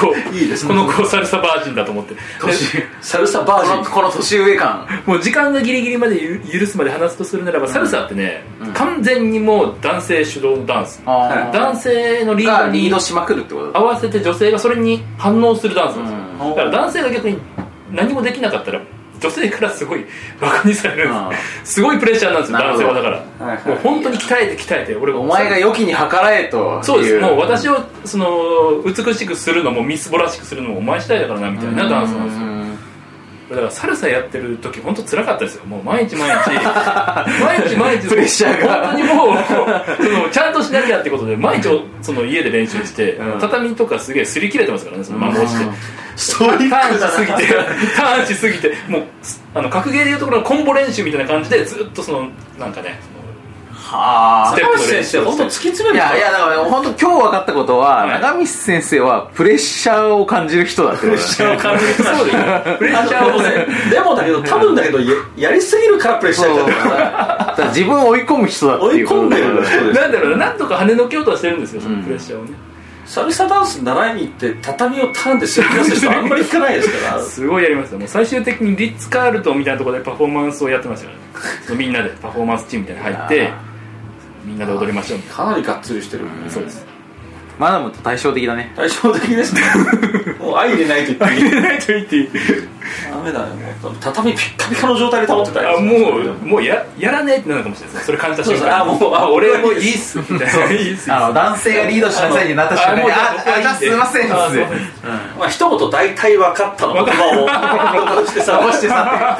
S4: この子
S3: いいですね
S4: この子サルサバージンだと思ってで
S2: 年
S3: サルサバ
S2: こ
S3: ー
S2: の
S3: ジ
S2: この年上感
S4: もう時間がギリギリまでゆ許すまで話すとするならば、サルサってね、
S2: うん
S4: 完全にもう男性主導のダンス
S3: あー
S4: 男性のリー
S2: が
S4: ド
S2: リ
S4: に
S2: ードしまくるってことだ
S4: 合わせて女性がそれに反応するダンスなんですよ、
S2: うん
S3: ン
S4: だから男性が逆に何もできなかったら女性からすごい バカにされるんですすごいプレッシャーなんですよ
S2: なる
S4: 男
S2: ほ
S4: 性
S2: ど
S4: はだから、
S3: はいはい
S4: もう本当に鍛えて鍛えて俺が
S2: お前が良きに計らえと
S4: そうですもう
S2: 私
S4: 私をその美しくするのもみすぼらしくするのもお前次第だからなみたいなダンスなんですよだからサルサやってる時本当辛かったですよもう毎日毎日毎日毎日
S2: プレッシャーが
S4: 本当にもうそのちゃんとしなきゃってことで毎日その家で練習して、
S2: うん
S4: 畳とかすげえ擦り切れてますからねその魔法して、
S2: うん
S3: ストイッ
S4: ターン
S3: ク
S4: し
S3: だ
S4: すぎてターンしすぎてもうあの格ゲーでいうところのコンボ練習みたいな感じでずっとそのなんかね
S2: はあ
S4: ステッ
S3: 高
S4: プ
S3: 橋先生本当突き詰
S2: い
S3: める
S2: やいやだから本当今日分かったことは、
S4: はい
S2: 長光先生はプレッシャーを感じる人だってことだね
S3: プレッシャーを感じる人
S4: そうだよプレッシャーをね
S3: でもだけど多分だけどややりすぎるからプレッシャ
S2: そ
S3: ー
S2: う
S3: だ
S2: だから自分を追い込む人だって
S3: 追
S2: い
S3: いう
S2: こ
S3: 込ん
S2: と
S3: で
S2: だ
S3: る
S4: なんだろうななんとか跳ねのけようとはしてるんですよそのプレッシャーをね、
S3: サルサダンス習いに行って畳をターンですり出す人あんまり聞かないですから
S4: すごいやりましたもう最終的にリッツ・カールトンみたいなところでパフォーマンスをやってましたからねそのみんなでパフォーマンスチームみたいに入ってみんなで踊りましょうみたい
S3: かなりがっつりしてる
S4: なそうです
S2: マダムと対照的だね
S3: 対照的ですねもう愛入れないと言っていい
S4: ないと言っていい
S3: ダメだよもう畳ピッカピカの状態で保ってた
S4: あもうもうややらねえってなるかもしれないですねそれ感じた瞬間
S3: そうそうあもうあ
S4: 俺もういいっすみたいないいっす
S2: あの男性がリードしなさいになった瞬間に
S4: あ
S2: あ
S4: もう
S2: ああすいませんっ
S4: あ
S2: つ
S4: すい
S2: っ
S4: ません
S2: て
S3: まあ一言大体分かったの言 葉を残してさ
S2: 残してさ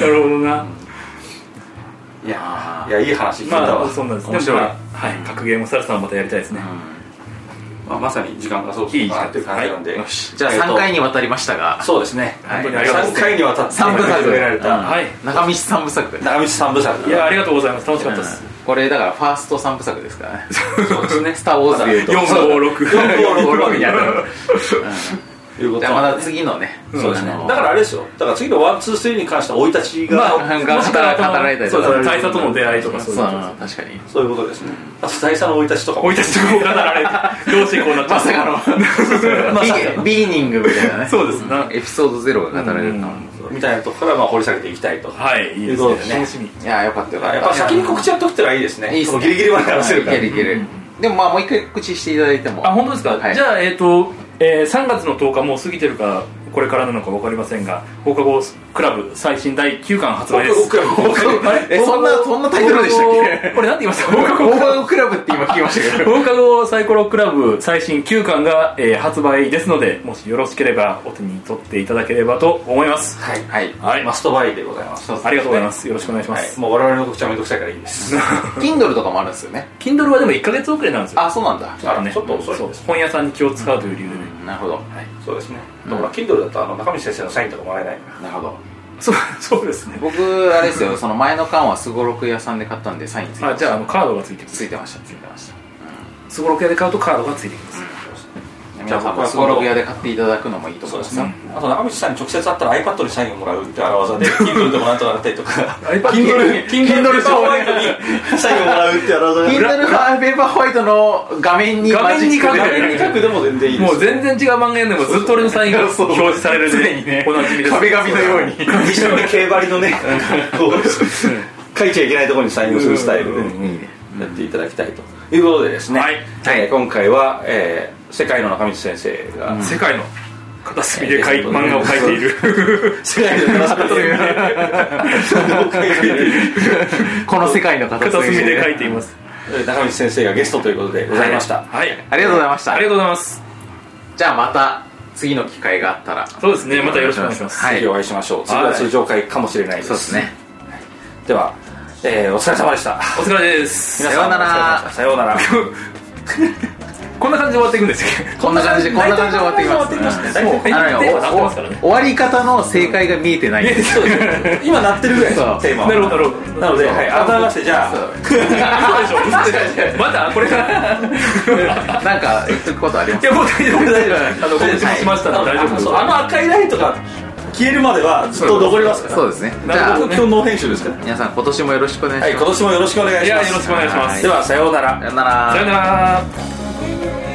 S4: なるほどない
S3: やいやいい話聞いた
S4: ま
S3: わ、
S4: あそうなんです
S2: 面白い
S4: でもまあはい格ゲーもサルさんまたやりたいですね
S3: まあまさに時間がそうそうなっていう感じなんで、
S2: ってよしじゃあ3回
S3: に
S2: にわたりましたが
S3: そうですね、
S2: はい
S4: 本当にありがと
S3: 3
S4: うございます
S3: 回にわたって
S2: 三部作
S3: められた、
S2: うん
S4: はい
S2: 中道三部作
S3: 長道三部作
S4: いやありがとうございます楽しかったです
S2: これだからファースト三部作ですからね
S3: そうですね
S2: スター・ウォーズでいうと
S4: 456
S3: 456
S2: や
S3: や
S2: る
S3: いうこと
S2: じゃあまた次のね、
S3: そうですね
S2: あの
S3: だからあれですよだから次のワンツースリーに関しては生い立ちが、
S4: まあ、
S2: が
S4: もしくは
S2: 語られたりと
S4: そ
S2: か
S4: うそう大佐との出会いとかそ
S2: そうう
S4: いうこ
S2: だ
S4: とです
S2: な確かに
S3: そういうことですねあと大佐の生い立ちとかも
S4: 生い立ちとかを語られてどうしてこうなっちゃ
S2: ま
S4: った
S2: さ か
S3: まさ
S2: の
S3: か
S2: ビビーニングみたいなね
S4: そうですね
S2: エピソードゼロが語られるのは
S3: みたいなとこからまあ掘り下げていきたいと、
S4: はいいいです
S3: とい
S4: ね
S3: うことでね
S4: 楽しみ
S2: いやよかったよかった
S3: やっぱ先に告知やっとくってのはいいですね
S2: いいっすね
S3: このギリギリまで話せるから
S2: いけるいけ
S4: う
S2: る
S4: ん
S2: でもまあもう一回告知していただいても
S4: あ本当ですか、
S2: はい
S4: じゃあえっ、と、えー3月の10日もう過ぎてるかこれからなのか分かりませんが放課後クラブ最新第9巻発売です
S3: 放課後クラブ
S4: あれ
S2: えそんな
S4: 放課後
S2: そんなタイトルでしたっけ
S4: 放課後これなんて言いました
S2: オ
S4: 放課後
S2: ーバークラブって今聞きましたけど
S4: 放課後サイコロクラブ最新9巻が、えー発売ですのでもしよろしければお手に取っていただければと思います
S3: はい、
S2: はい
S4: はい、
S3: マストバイでございます
S4: ありがとうございますよろしくお願いしま
S3: は
S4: す、
S3: い、もう我々の告知はめんどくさいからいいです
S2: Kindle とかもあるんですよね
S4: Kindle はでも1ヶ月遅れなんですよ
S2: あそうなんだ
S3: あら
S4: ね
S3: ちょっと遅い
S4: そう
S3: です
S4: 本屋さんに気を使うという理由でね、
S2: なるほど
S3: そうですねだから Kindle だとあの中道先生のサインとかもらえないか
S2: な
S3: ら
S2: るほど
S4: そうそうですね
S2: 僕あれですよその前の缶はすごろく屋さんで買ったんでサインついて
S4: あ
S2: まし
S4: じゃあ
S2: た
S4: あのカードがついてます
S2: ついてましたついてました
S4: すごろく屋で買うとカードがついてきます、
S3: じゃ
S2: 皆
S3: あ
S2: さん
S3: 僕
S2: も
S3: は
S2: すごろく屋で買っていただくのもいいと
S3: そ
S2: 思
S3: う
S2: い
S3: で
S2: ますす
S3: ね
S2: よ、
S3: あと中道さんに直接会ったら iPad にサインをもらうって荒技で Kindle でもなんとかなったりとか
S4: iPad
S3: Kindle
S2: Kindle
S3: ペーパーホワイトにサインをもらうって荒技で
S2: Kindle のペーパーホワイトの画面に
S4: 画面に書く
S2: マジック
S3: 画
S2: で
S3: 面に書くでも全然いいです
S4: もう全然違う漫画読んでもずっと俺のサインが
S2: そうそう
S4: 表示される
S2: 常にね
S4: おなじみです
S2: 壁紙のように
S3: 一緒に競馬りのねなんかこう書いちゃいけないところにサインをするスタイルでねやっていただきたいということでですね、
S4: はい
S3: えー今回は、えー世界の中道先生が、
S4: 世界の片隅で書い漫画を描いてい る
S3: 世界の中道先生が
S2: この世界の形
S4: 片隅で書いています
S3: 中道先生がゲストということでございました、
S4: はい
S2: ありがとうございました
S4: ありがとうございます
S2: じゃあまた次の機会があったら
S4: そうですねまたよろしくお願いします、
S2: はい
S3: 次お会いしましょう次は通常会かもしれないです,、
S2: そうですね
S3: では、えーお疲れ様でした
S4: お疲れです
S3: 皆
S2: さよ
S3: 様
S2: うなら
S3: さような ら
S4: こんな感じで終わっていくんですよ
S2: こんな感じでこんな感じで終わっていきます
S3: 大体こんな感じで
S2: あのね
S3: 終わっていきますね
S4: もうテーマなってますからね
S2: おお終わり方の正解が見えてないんです
S3: そうですね今なってるぐらいです
S2: そう
S3: テーマは
S4: なるほどなるほど
S3: なので、はい、改めましてじゃあ
S2: そう
S4: 嘘でしょ嘘でしょまだこれ から
S2: なんか言っとくことありま
S4: い
S2: す
S4: やもう大丈夫大丈夫あの告知も
S2: はい
S4: しましたので大丈夫です
S3: そうあの赤いライトが消えるまではずっと残りますから
S2: そうですねじゃ
S4: な
S2: あ
S4: るほ
S3: 僕
S4: ど
S3: 今日ノー編集ですから
S2: 皆さん今年もよろしくお願いします、
S3: はい今年もよろしくお願い
S4: い
S3: しま
S4: や
S3: す
S4: よろしくお願いします
S3: ではさようなら
S2: さよなら
S4: さよなら
S1: さよなら